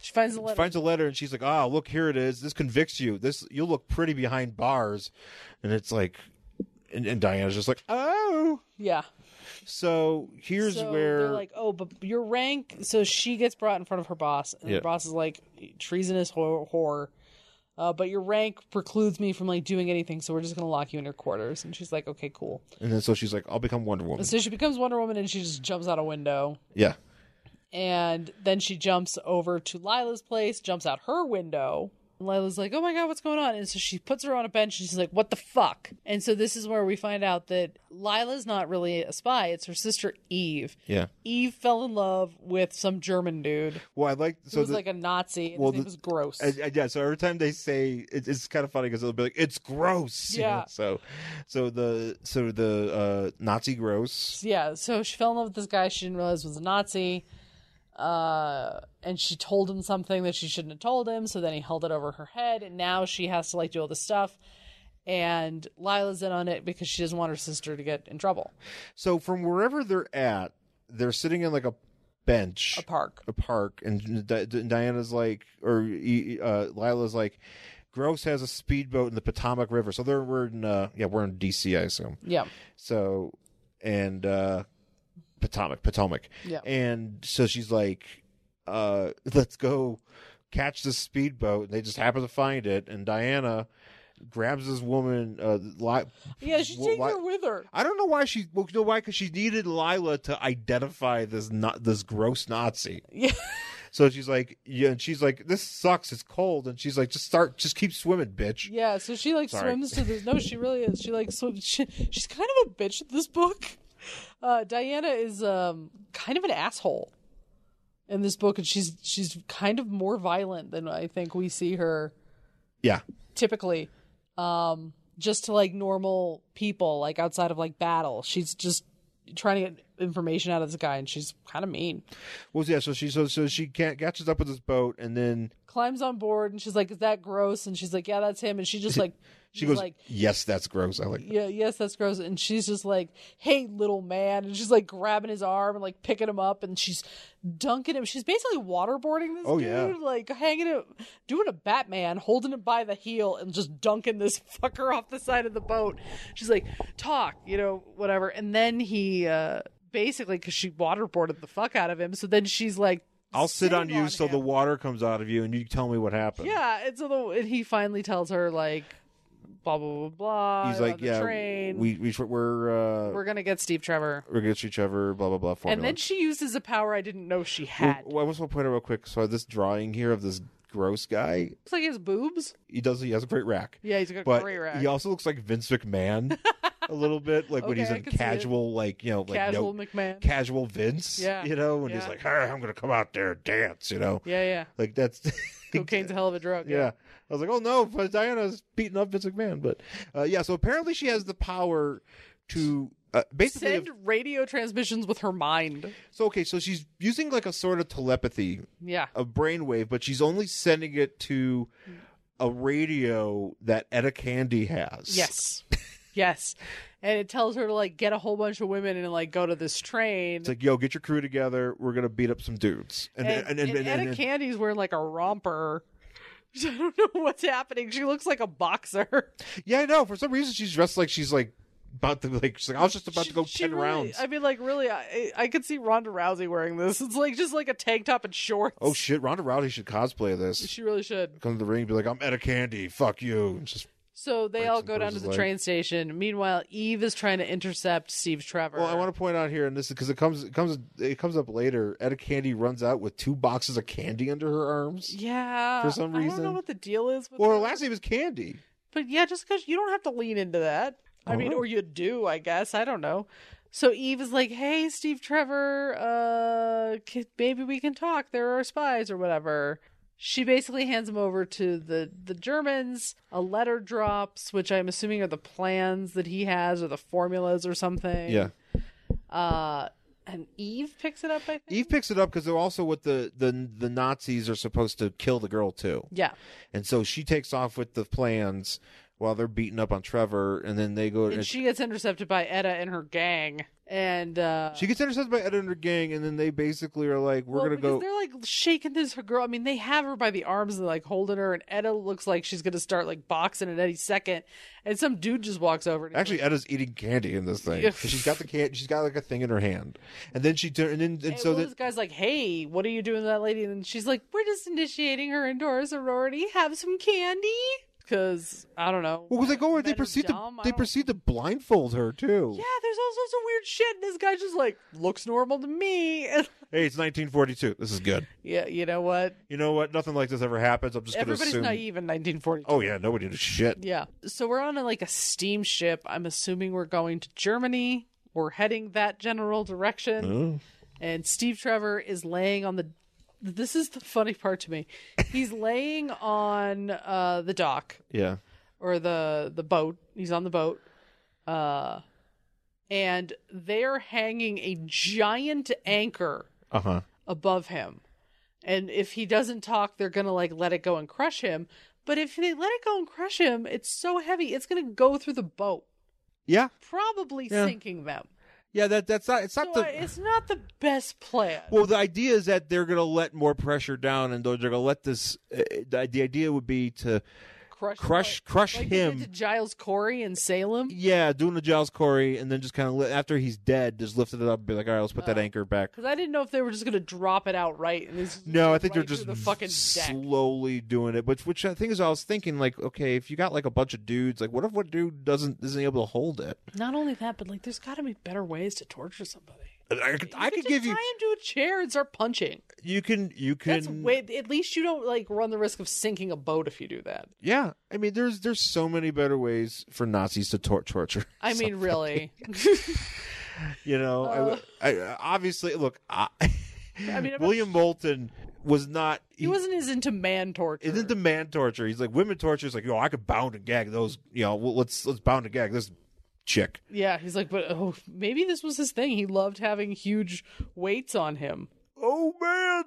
She finds the letter. finds a letter and she's like, "Ah, look here it is. This convicts you. This you'll look pretty behind bars." And it's like, and, and Diana's just like, "Oh." yeah. So here's so where they're like, oh, but your rank. So she gets brought in front of her boss, and Yeah. the boss is like, treasonous whore. whore. Uh, but your rank precludes me from like doing anything, so we're just gonna lock you in your quarters. And she's like, okay, cool. and then so she's like, "I'll become Wonder Woman." So she becomes Wonder Woman, and she just jumps out a window, Yeah. and then she jumps over to Lila's place, jumps out her window. And Lila's like, oh my god, what's going on? And so she puts her on a bench, and she's like, what the fuck? And so this is where we find out that Lila's not really a spy; it's her sister Eve. Yeah. Eve fell in love with some German dude Well, I like who so was the, like a Nazi. And well, his name the- was gross. I, I- yeah, so every time they say it, it's kind of funny because they'll be like, "It's gross." you know? Yeah. So, so the so the uh, Nazi gross. yeah, so she fell in love with this guy she didn't realize was a Nazi, uh, and she told him something that she shouldn't have told him. So then he held it over her head, and now she has to like do all this stuff. And Lila's in on it because she doesn't want her sister to get in trouble. So from wherever they're at, they're sitting in like a bench. A park. a park, and Di- Di- Diana's like, or uh, Lila's like, Gross has a speedboat in the Potomac River. So they're we're in, uh, yeah, we're in D.C. I assume. Yeah. So, and uh, Potomac, Potomac, Yeah. and so she's like, uh, let's go catch the speedboat, and they just happen to find it, and Diana. grabs this woman. Uh, li- Yeah, she's Wh- taking why- her with her. I don't know why she. Well, you know why? Because she needed Lila to identify this not this gross Nazi. Yeah. So she's like, yeah, and she's like, this sucks. It's cold, and she's like, just start, just keep swimming, bitch. Yeah, so she like Sorry. swims to the. No, she really is. She like swims. She, she's kind of a bitch in this book. Uh, Diana is um kind of an asshole in this book, and she's she's kind of more violent than I think we see her Yeah, typically. Um, just to like normal people, like outside of like battle, she's just trying to get information out of this guy, and she's kind of mean. Well, yeah. So she, so so she can't catches up with this boat, and then Climbs on board, and she's like, "Is that gross?" And she's like, "Yeah, that's him." And she just like she she's goes, like. "Yes, that's gross." I like. yeah, yes, that's gross. And she's just like, hey, little man. And she's like grabbing his arm and like picking him up and she's dunking him. She's basically waterboarding this Oh, dude, yeah. like hanging him, doing a Batman, holding him by the heel and just dunking this fucker off the side of the boat. She's like, talk, you know, whatever. And then he, uh, basically, because she waterboarded the fuck out of him. So then she's like, I'll sit sitting on you so him. the water comes out of you, and you tell me what happened. Yeah, and so the, and he finally tells her like, blah blah blah blah. He's like, about the yeah, train. we we we're uh, we're gonna get Steve Trevor. we're against each other, blah blah blah. Formula. And then she uses a power I didn't know she had. Well, I just want to point out real quick. So this drawing here of this gross guy, Looks like his boobs. he does he has a great rack, Yeah, he's got a but great rack. he also looks like Vince McMahon a little bit, like when Okay, he's I in can see it. casual, like you know, like Casual no, McMahon. casual Vince, Yeah, you know, and he's yeah. like, "Hey, I'm gonna come out there and dance, you know, yeah, yeah. like that's Cocaine's a hell of a drug. Yeah. I was like, oh no, but Diana's beating up Vince McMahon. But uh, yeah, so apparently she has the power to uh, basically. Send if- radio transmissions with her mind. so okay, so she's using like a sort of telepathy, Yeah. a brainwave, but she's only sending it to a radio that Etta Candy has. Yes. yes. And it tells her to like get a whole bunch of women and like go to this train. It's like, yo, get your crew together. We're gonna beat up some dudes. And and, and, Etta Candy's wearing like a romper. I don't know what's happening. She looks like a boxer. yeah, I know. For some reason, she's dressed like she's like about to like. She's like, I was just about She- to go she ten really- rounds. I mean, like really, I, I could see Ronda Rousey wearing this. It's like just like a tank top and shorts. oh shit, Ronda Rousey should cosplay this. She really should. come to the ring and be like, I'm Etta Candy, fuck you. and just So they Breaks all and go down bruises to the leg. train station. Meanwhile, Eve is trying to intercept Steve Trevor. well, I want to point out here, and this is because it comes, it comes, it comes up later. Etta Candy runs out with two boxes of candy under her arms. Yeah. For some I don't know reason. what the deal is with Well, her her. last name is Candy. But yeah, just because you don't have to lean into that. I All mean, right. or you do, I guess. I don't know. So Eve is like, "Hey, Steve Trevor, uh, ki- maybe we can talk. There are spies or whatever." She basically hands him over to the the Germans. A letter drops, which I'm assuming are the plans that he has or the formulas or something. Yeah. Uh, and Eve picks it up. I think. Eve picks it up because they're also what the, the the Nazis are supposed to kill the girl too, Yeah. and so she takes off with the plans while they're beating up on Trevor, and then they go. And and she gets intercepted by Etta and her gang. And uh, she gets intercepted by Ed and her gang, and then they basically are like, "We're Well, gonna because go." They're like shaking this girl. I mean, they have her by the arms and like holding her, and Etta looks like she's gonna start like boxing at any second. And some dude just walks over. And he's Actually, Etta's eating candy in this thing. Yeah. She's got the can. She's got like a thing in her hand, and then she turns. And then and like, so well, that this guy's like, "Hey, what are you doing to that lady?" And she's like, "We're just initiating her into our sorority. Have some candy." Because I don't know. well, when they go in, they men are proceed dumb. I to they don't- proceed to blindfold her too. Yeah, there's all sorts of weird shit. And this guy's just like, "Looks normal to me." Hey, it's 1942. This is good. yeah, you know what? You know what? Nothing like this ever happens. I'm just going to Everybody's assume. naive in 1940. Oh yeah, nobody did shit. Yeah. So we're on a, like a steamship. I'm assuming we're going to Germany. We're heading that general direction. Hmm. And Steve Trevor is laying on the. This is the funny part to me. He's laying on uh, the dock Yeah, or the the boat. He's on the boat. Uh, and they're hanging a giant anchor uh huh. above him. And if he doesn't talk, they're going to like let it go and crush him. But if they let it go and crush him, it's so heavy, it's going to go through the boat, Yeah, probably Yeah. sinking them. yeah. That that's not. It's So not uh, the. it's not the best plan. well, the idea is that they're going to let more pressure down, and they're going to let this. Uh, the, the idea would be to crush crush crush like they did him. to Giles Corey in Salem Yeah, doing the Giles Corey, and then just kind of li- after he's dead, just lifted it up and be like, all right, let's put that anchor back. because I didn't know if they were Uh, just gonna drop it outright. And it's just No, I think right they're just through the fucking deck. slowly doing it. Which, which I think is what I was thinking. Like, okay, if you got like a bunch of dudes, like, what if one dude doesn't isn't able to hold it? Not only that, but like there's got to be better ways to torture somebody. I could, I You could just give you. tie him to a chair and start punching. You can, you can. That's way. At least you don't like run the risk of sinking a boat if you do that. Yeah, I mean, there's there's so many better ways for Nazis to tor- torture. I mean, really. You know, I- Uh. I, I, obviously, look, I, I mean, I'm not- William Moulton was not. he wasn't as into man torture. Isn't the man torture? He's like women torture. Is like, yo, I could bound and gag those. You know, well, let's let's bound and gag this chick. Yeah, he's like, but oh, maybe this was his thing. He loved having huge weights on him Oh man,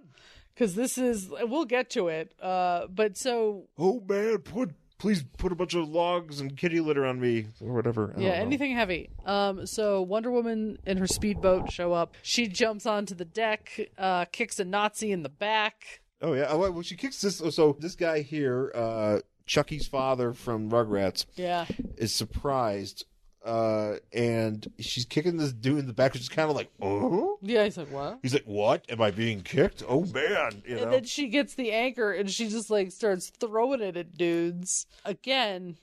because this is. We'll get to it. Uh, but so oh man, put please put a bunch of logs and kitty litter on me or whatever. I yeah, don't know. anything heavy. Um, so Wonder Woman and her speedboat show up. She jumps onto the deck, uh, kicks a Nazi in the back. Oh yeah. Oh, well, she kicks this. So this guy here, uh, Chucky's father from Rugrats, Yeah, is surprised. Uh, and she's kicking this dude in the back, which is kind of like, oh. yeah. He's like, what? He's like, "What? Am I being kicked? Oh man!" You And know, then she gets the anchor and she just like starts throwing it at dudes. Again,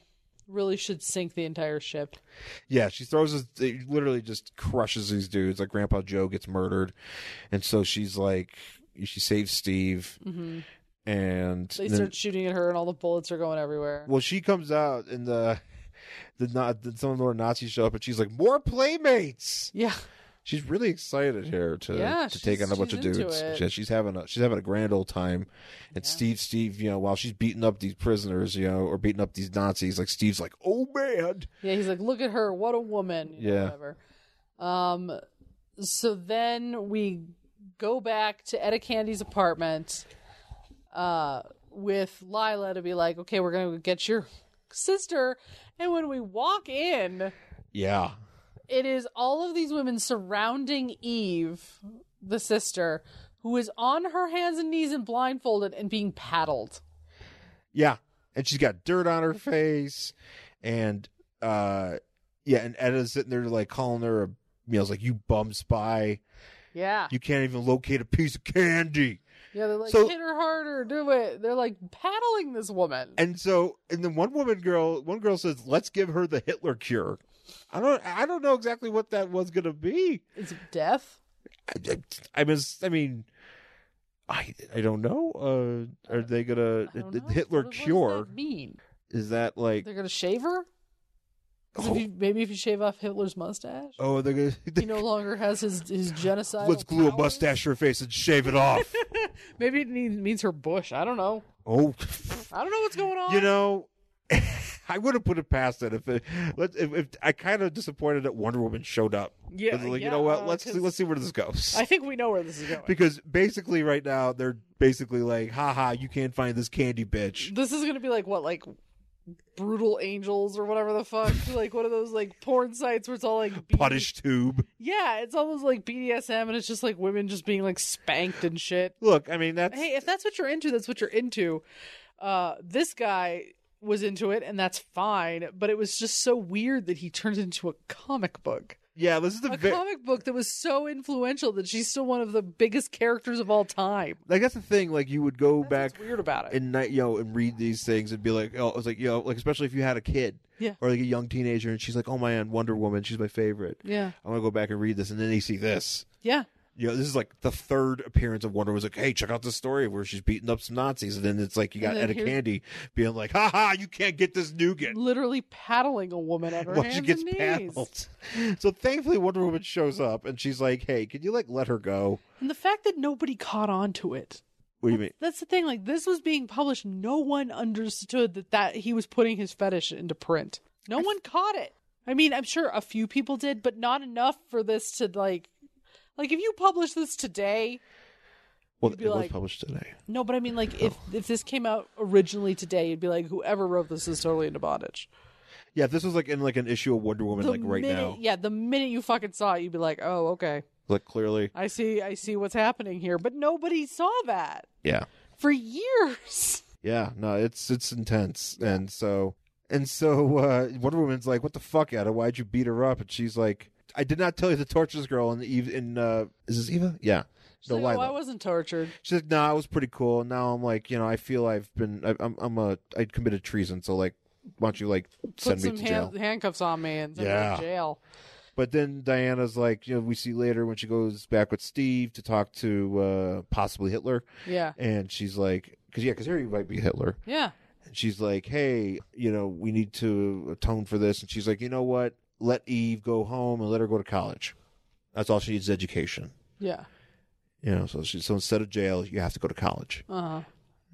really should sink the entire ship. Yeah, she throws his, it literally just crushes these dudes. Like Grandpa Joe gets murdered, and so she's like, she saves Steve, and Mm-hmm. They then- start shooting at her and all the bullets are going everywhere. well, she comes out and the the not some of the more Nazis show up, and she's like, "More playmates." Yeah. She's really excited here to Yeah, to take she's- on a bunch of she's into dudes. it. Yeah, she's having a she's having a grand old time, and Steve, Steve, you know, while she's beating up these prisoners, you know, or beating up these Nazis, like Steve's like, "Oh man." Yeah, he's like, look at her, what a woman. you know, Yeah. Whatever. Um, so then we go back to Etta Candy's apartment uh, with Lila to be like, okay, we're going to get your sister. And when we walk in, Yeah. it is all of these women surrounding Eve, the sister, who is on her hands and knees and blindfolded and being paddled. Yeah. And she's got dirt on her face. And uh yeah, and Edda's sitting there like calling her a you know, it's like you bum spy. Yeah. You can't even locate a piece of candy. Yeah, they're like, So- hit her harder, do it. They're like paddling this woman. And so and then one woman girl one girl says, Let's give her the Hitler cure. I don't I don't know exactly what that was gonna be. It's death. I, I, I was I mean I I don't know. Uh are they gonna I don't the know. Hitler What- what does cure? that mean Is that like they're gonna shave her? 'Cause if oh, you- maybe if you shave off Hitler's mustache, oh they're gonna he no longer has his his genocide. let's glue a mustache to her face and shave it off. Maybe it need- means her bush. I don't know. Oh, I don't know what's going on. you know, I would have put it past it if it, let if, if I kind of disappointed that Wonder Woman showed up. Yeah, It's like, yeah, you know what? uh, Let's 'cause see, let's see where this goes. I think we know where this is going. because basically, right now they're basically like, haha, you can't find this candy bitch. This is gonna be like what, like brutal angels or whatever the fuck, like one of those like porn sites where it's all like B- Punish tube. Yeah, it's almost like BDSM, and it's just like women just being like spanked and shit. Look, I mean that's hey, if that's what you're into, that's what you're into. Uh, this guy was into it, and that's fine. But it was just so weird that he turned into a comic book, yeah. This is the a ve- comic book that was so influential that she's still one of the biggest characters of all time. like that's the thing. Like you would go That's back what's weird about it. and night yo and read these things and be like, oh, it's like yo, like especially if you had a kid, Yeah. or like a young teenager, and she's like, oh man, Wonder Woman, she's my favorite. yeah, I want to go back and read this, and then they see this. yeah, you know, this is like the third appearance of Wonder Woman. It's like, hey, check out this story where she's beating up some Nazis, and then it's like you got And then Etta here- Candy being like, "Ha ha, you can't get this nougat." literally paddling a woman at her While hands she gets and knees. paddled. So thankfully, Wonder Woman shows up, and she's like, "Hey, can you like let her go?" And the fact that nobody caught on to it. What do you mean? That's the thing. Like this was being published. No one understood that that he was putting his fetish into print. No one caught it. I mean, I'm sure a few people did, but not enough for this to like. Like if you publish this today, Well, You'd it be was like- published today. no, but I mean, like if if this came out originally today, you'd be like, whoever wrote this is totally into bondage. Yeah, if this was like in like an issue of Wonder Woman, The like right minute, now. yeah. The minute you fucking saw it, you'd be like, oh, okay, Like clearly, I see, I see what's happening here. But nobody saw that yeah. for years. yeah, no, it's it's intense, and so and so uh, Wonder Woman's like, "What the fuck, Ada? Why'd you beat her up?" And she's like, "I did not tell you to torture this girl." And Eve, in uh, is this Eva? Yeah, She's like, oh, Delilah. I wasn't tortured. She's like, "No, nah, it was pretty cool." Now I'm like, you know, I feel I've been, I, I'm, I'm a, I committed treason, so like, why don't you like Put send me some to hand- jail? handcuffs on me and send me Yeah. to jail. But then Diana's like, you know, we see later when she goes back with Steve to talk to uh, possibly Hitler, Yeah. and she's like, because yeah, because here you might be Hitler. Yeah. And she's like, hey, you know, we need to atone for this. And she's like, you know what? Let Eve go home and let her go to college. That's all she needs is education. Yeah. You know, so she so instead of jail, you have to go to college. Uh huh.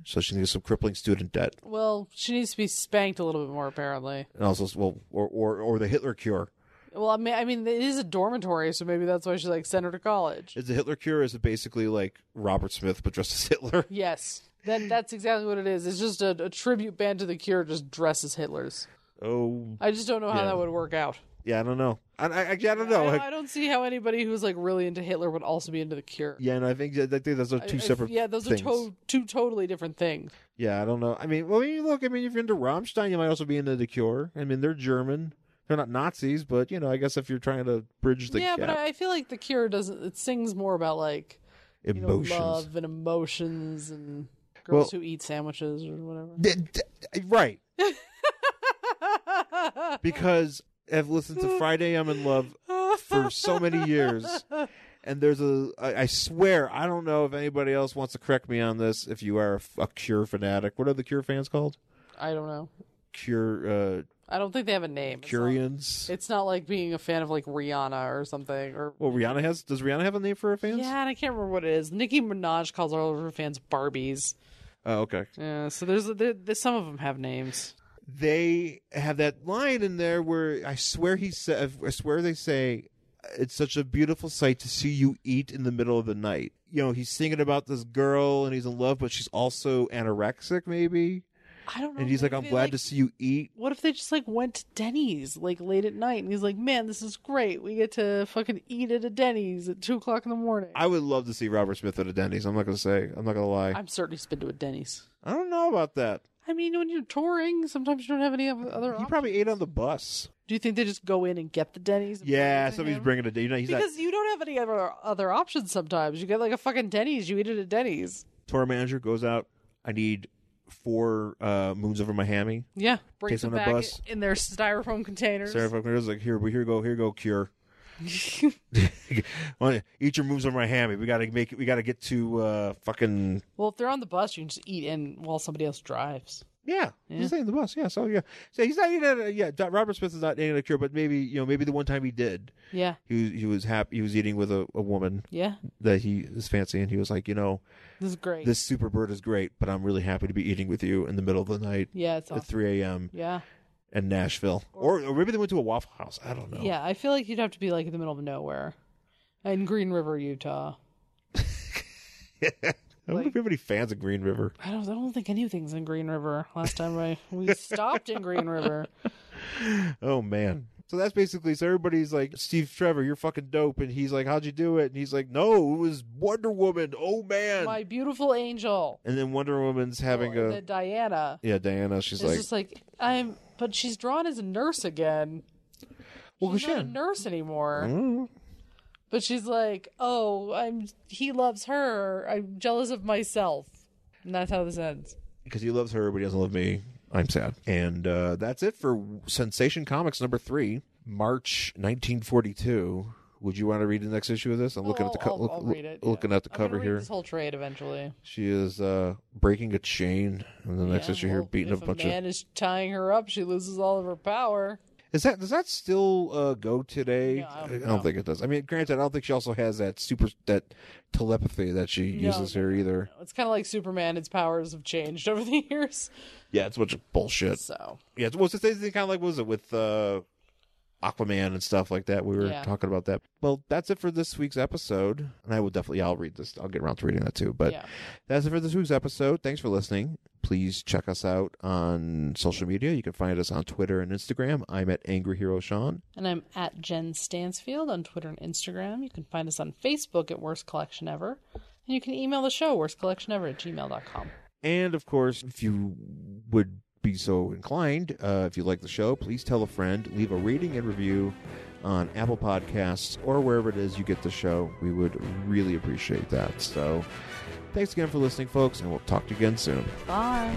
So she needs some crippling student debt, Well, she needs to be spanked a little bit more, apparently. and also well, or or, or the Hitler cure. Well, I mean, I mean, it is a dormitory, so maybe that's why she's like send her to college. Is the Hitler cure is it basically like Robert Smith but dressed as Hitler? Yes, that that's exactly what it is. It's just a, a tribute band to the Cure, just dresses Hitler's. Oh, I just don't know how Yeah. that would work out. yeah, I don't know. I I, I, I don't know. I, Like, I don't see how anybody who's like really into Hitler would also be into the Cure. yeah, and I think I think those are I- two I- separate. yeah, those things. are to- two totally different things. Yeah, I don't know. I mean, well, I mean, look, I mean, if you're into Rammstein, you might also be into The Cure. I mean, they're German. They're not Nazis, but, you know, I guess if you're trying to bridge the yeah, gap, but I, I feel like the Cure doesn't. It sings more about like you know, emotions. love and emotions and girls Well- who eat sandwiches or whatever. D- d- right. because I've listened to Friday I'm in Love for so many years. And there's a, I I swear, I don't know if anybody else wants to correct me on this. If you are a, f- a Cure fanatic, what are the Cure fans called? I don't know. Cure, uh, I don't think they have a name. It's not- Curians. It's not like being a fan of like Rihanna or something or Well, Rihanna has, does Rihanna have a name for her fans? Yeah, and I can't remember what it is. Nicki Minaj calls all of her fans Barbies. Oh, okay. Yeah, so there's, there, there's some of them have names. they have that line in there where I swear he said, I swear they say, it's such a beautiful sight to see you eat in the middle of the night. You know, he's singing about this girl and he's in love, but she's also anorexic, maybe. I don't know. And he's like, maybe I'm they, glad like- to see you eat. What if they just like went to Denny's like late at night, and he's like, "Man, this is great. We get to fucking eat at a Denny's at two o'clock in the morning." I, I would love to see Robert Smith at a Denny's. I'm not going to say, I'm not going to lie. am certain he's been to a Denny's. I don't know about that. I mean, when you're touring, sometimes you don't have any other. He option. probably ate on the bus. Do you think they just go in and get the Denny's? and bring it Yeah, to somebody's him? bringing a day. You know, he's Because that you don't have any other other options. Sometimes you get like a fucking Denny's. You eat it at Denny's. tour manager goes out. I need four uh, moons over my hammy. Yeah, brings Takes them on a back bus. in their styrofoam containers. Sarah Faulkner was like, here, here go, here go, cure. Wanna- Eat your moves on my hammy. We gotta make it. We gotta get to uh, fucking Well, if they're on the bus, you can just eat in while somebody else drives. yeah. He's saying the bus. Yeah. So yeah. So he's not eating. A, yeah. Doc- Robert Smith is not eating a cure, but maybe you know maybe the one time he did, Yeah, he was, he was happy. He was eating with a, a woman yeah, that he is fancy, and he was like, you know, this is great. this super bird is great, but I'm really happy to be eating with you in the middle of the night yeah, it's awesome. at 3 a.m. yeah, in Nashville, or, or maybe they went to a Waffle House. I don't know. yeah. I feel like you'd have to be like in the middle of nowhere, in Green River, Utah. I wonder if we have any fans of Green River. I don't. I don't think anything's in Green River. Last time I we stopped in Green River. Oh man. So that's basically so everybody's like, Steve Trevor, you're fucking dope, and he's like, How'd you do it? And he's like, No, it was Wonder Woman. Oh man. My beautiful angel, and then Wonder Woman's having and a then Diana. yeah, Diana. She's It's like, just like I'm, but she's drawn as a nurse again. Well, 'cause she's not a Oh, she- nurse anymore. "Mm." But she's like, "Oh, I'm he loves her. I'm jealous of myself." And that's how this ends. because he loves her, but he doesn't love me. I'm sad. And uh, that's it for Sensation Comics number three, March 1942. Would you want to read the next issue of this? I'm looking at the co- Oh, I'll, look- I'll read it. yeah. looking at the I'm gonna cover read here. This whole trade eventually. She is uh, breaking a chain, and the next Yeah, issue here well, beating if a bunch a man is tying her up, she loses all of her power. of. Is that does that still uh, go today? No, I don't know. think it does. I mean, granted, I don't think she also has that super that telepathy that she No, uses here either. It's kind of like Superman. His powers have changed over the years. Yeah, it's a bunch of bullshit. So Yeah, it's, well, it's the same thing. Kind of like what was it with uh, Aquaman and stuff like that. We were Yeah. talking about that. Well, that's it for this week's episode, and I will definitely. Yeah, I'll read this. I'll get around to reading that too. But yeah, That's it for this week's episode. Thanks for listening. Please check us out on social media. You can find us on Twitter and Instagram. I'm at Angry Hero Sean. and I'm at Jen Stansfield on Twitter and Instagram. You can find us on Facebook at Worst Collection Ever, and you can email the show worstcollectionever at gmail.com. And of course, if you would be so inclined, uh, if you like the show, please tell a friend, leave a rating and review on Apple Podcasts or wherever it is you get the show. We would really appreciate that. So thanks again for listening, folks, and we'll talk to you again soon. Bye.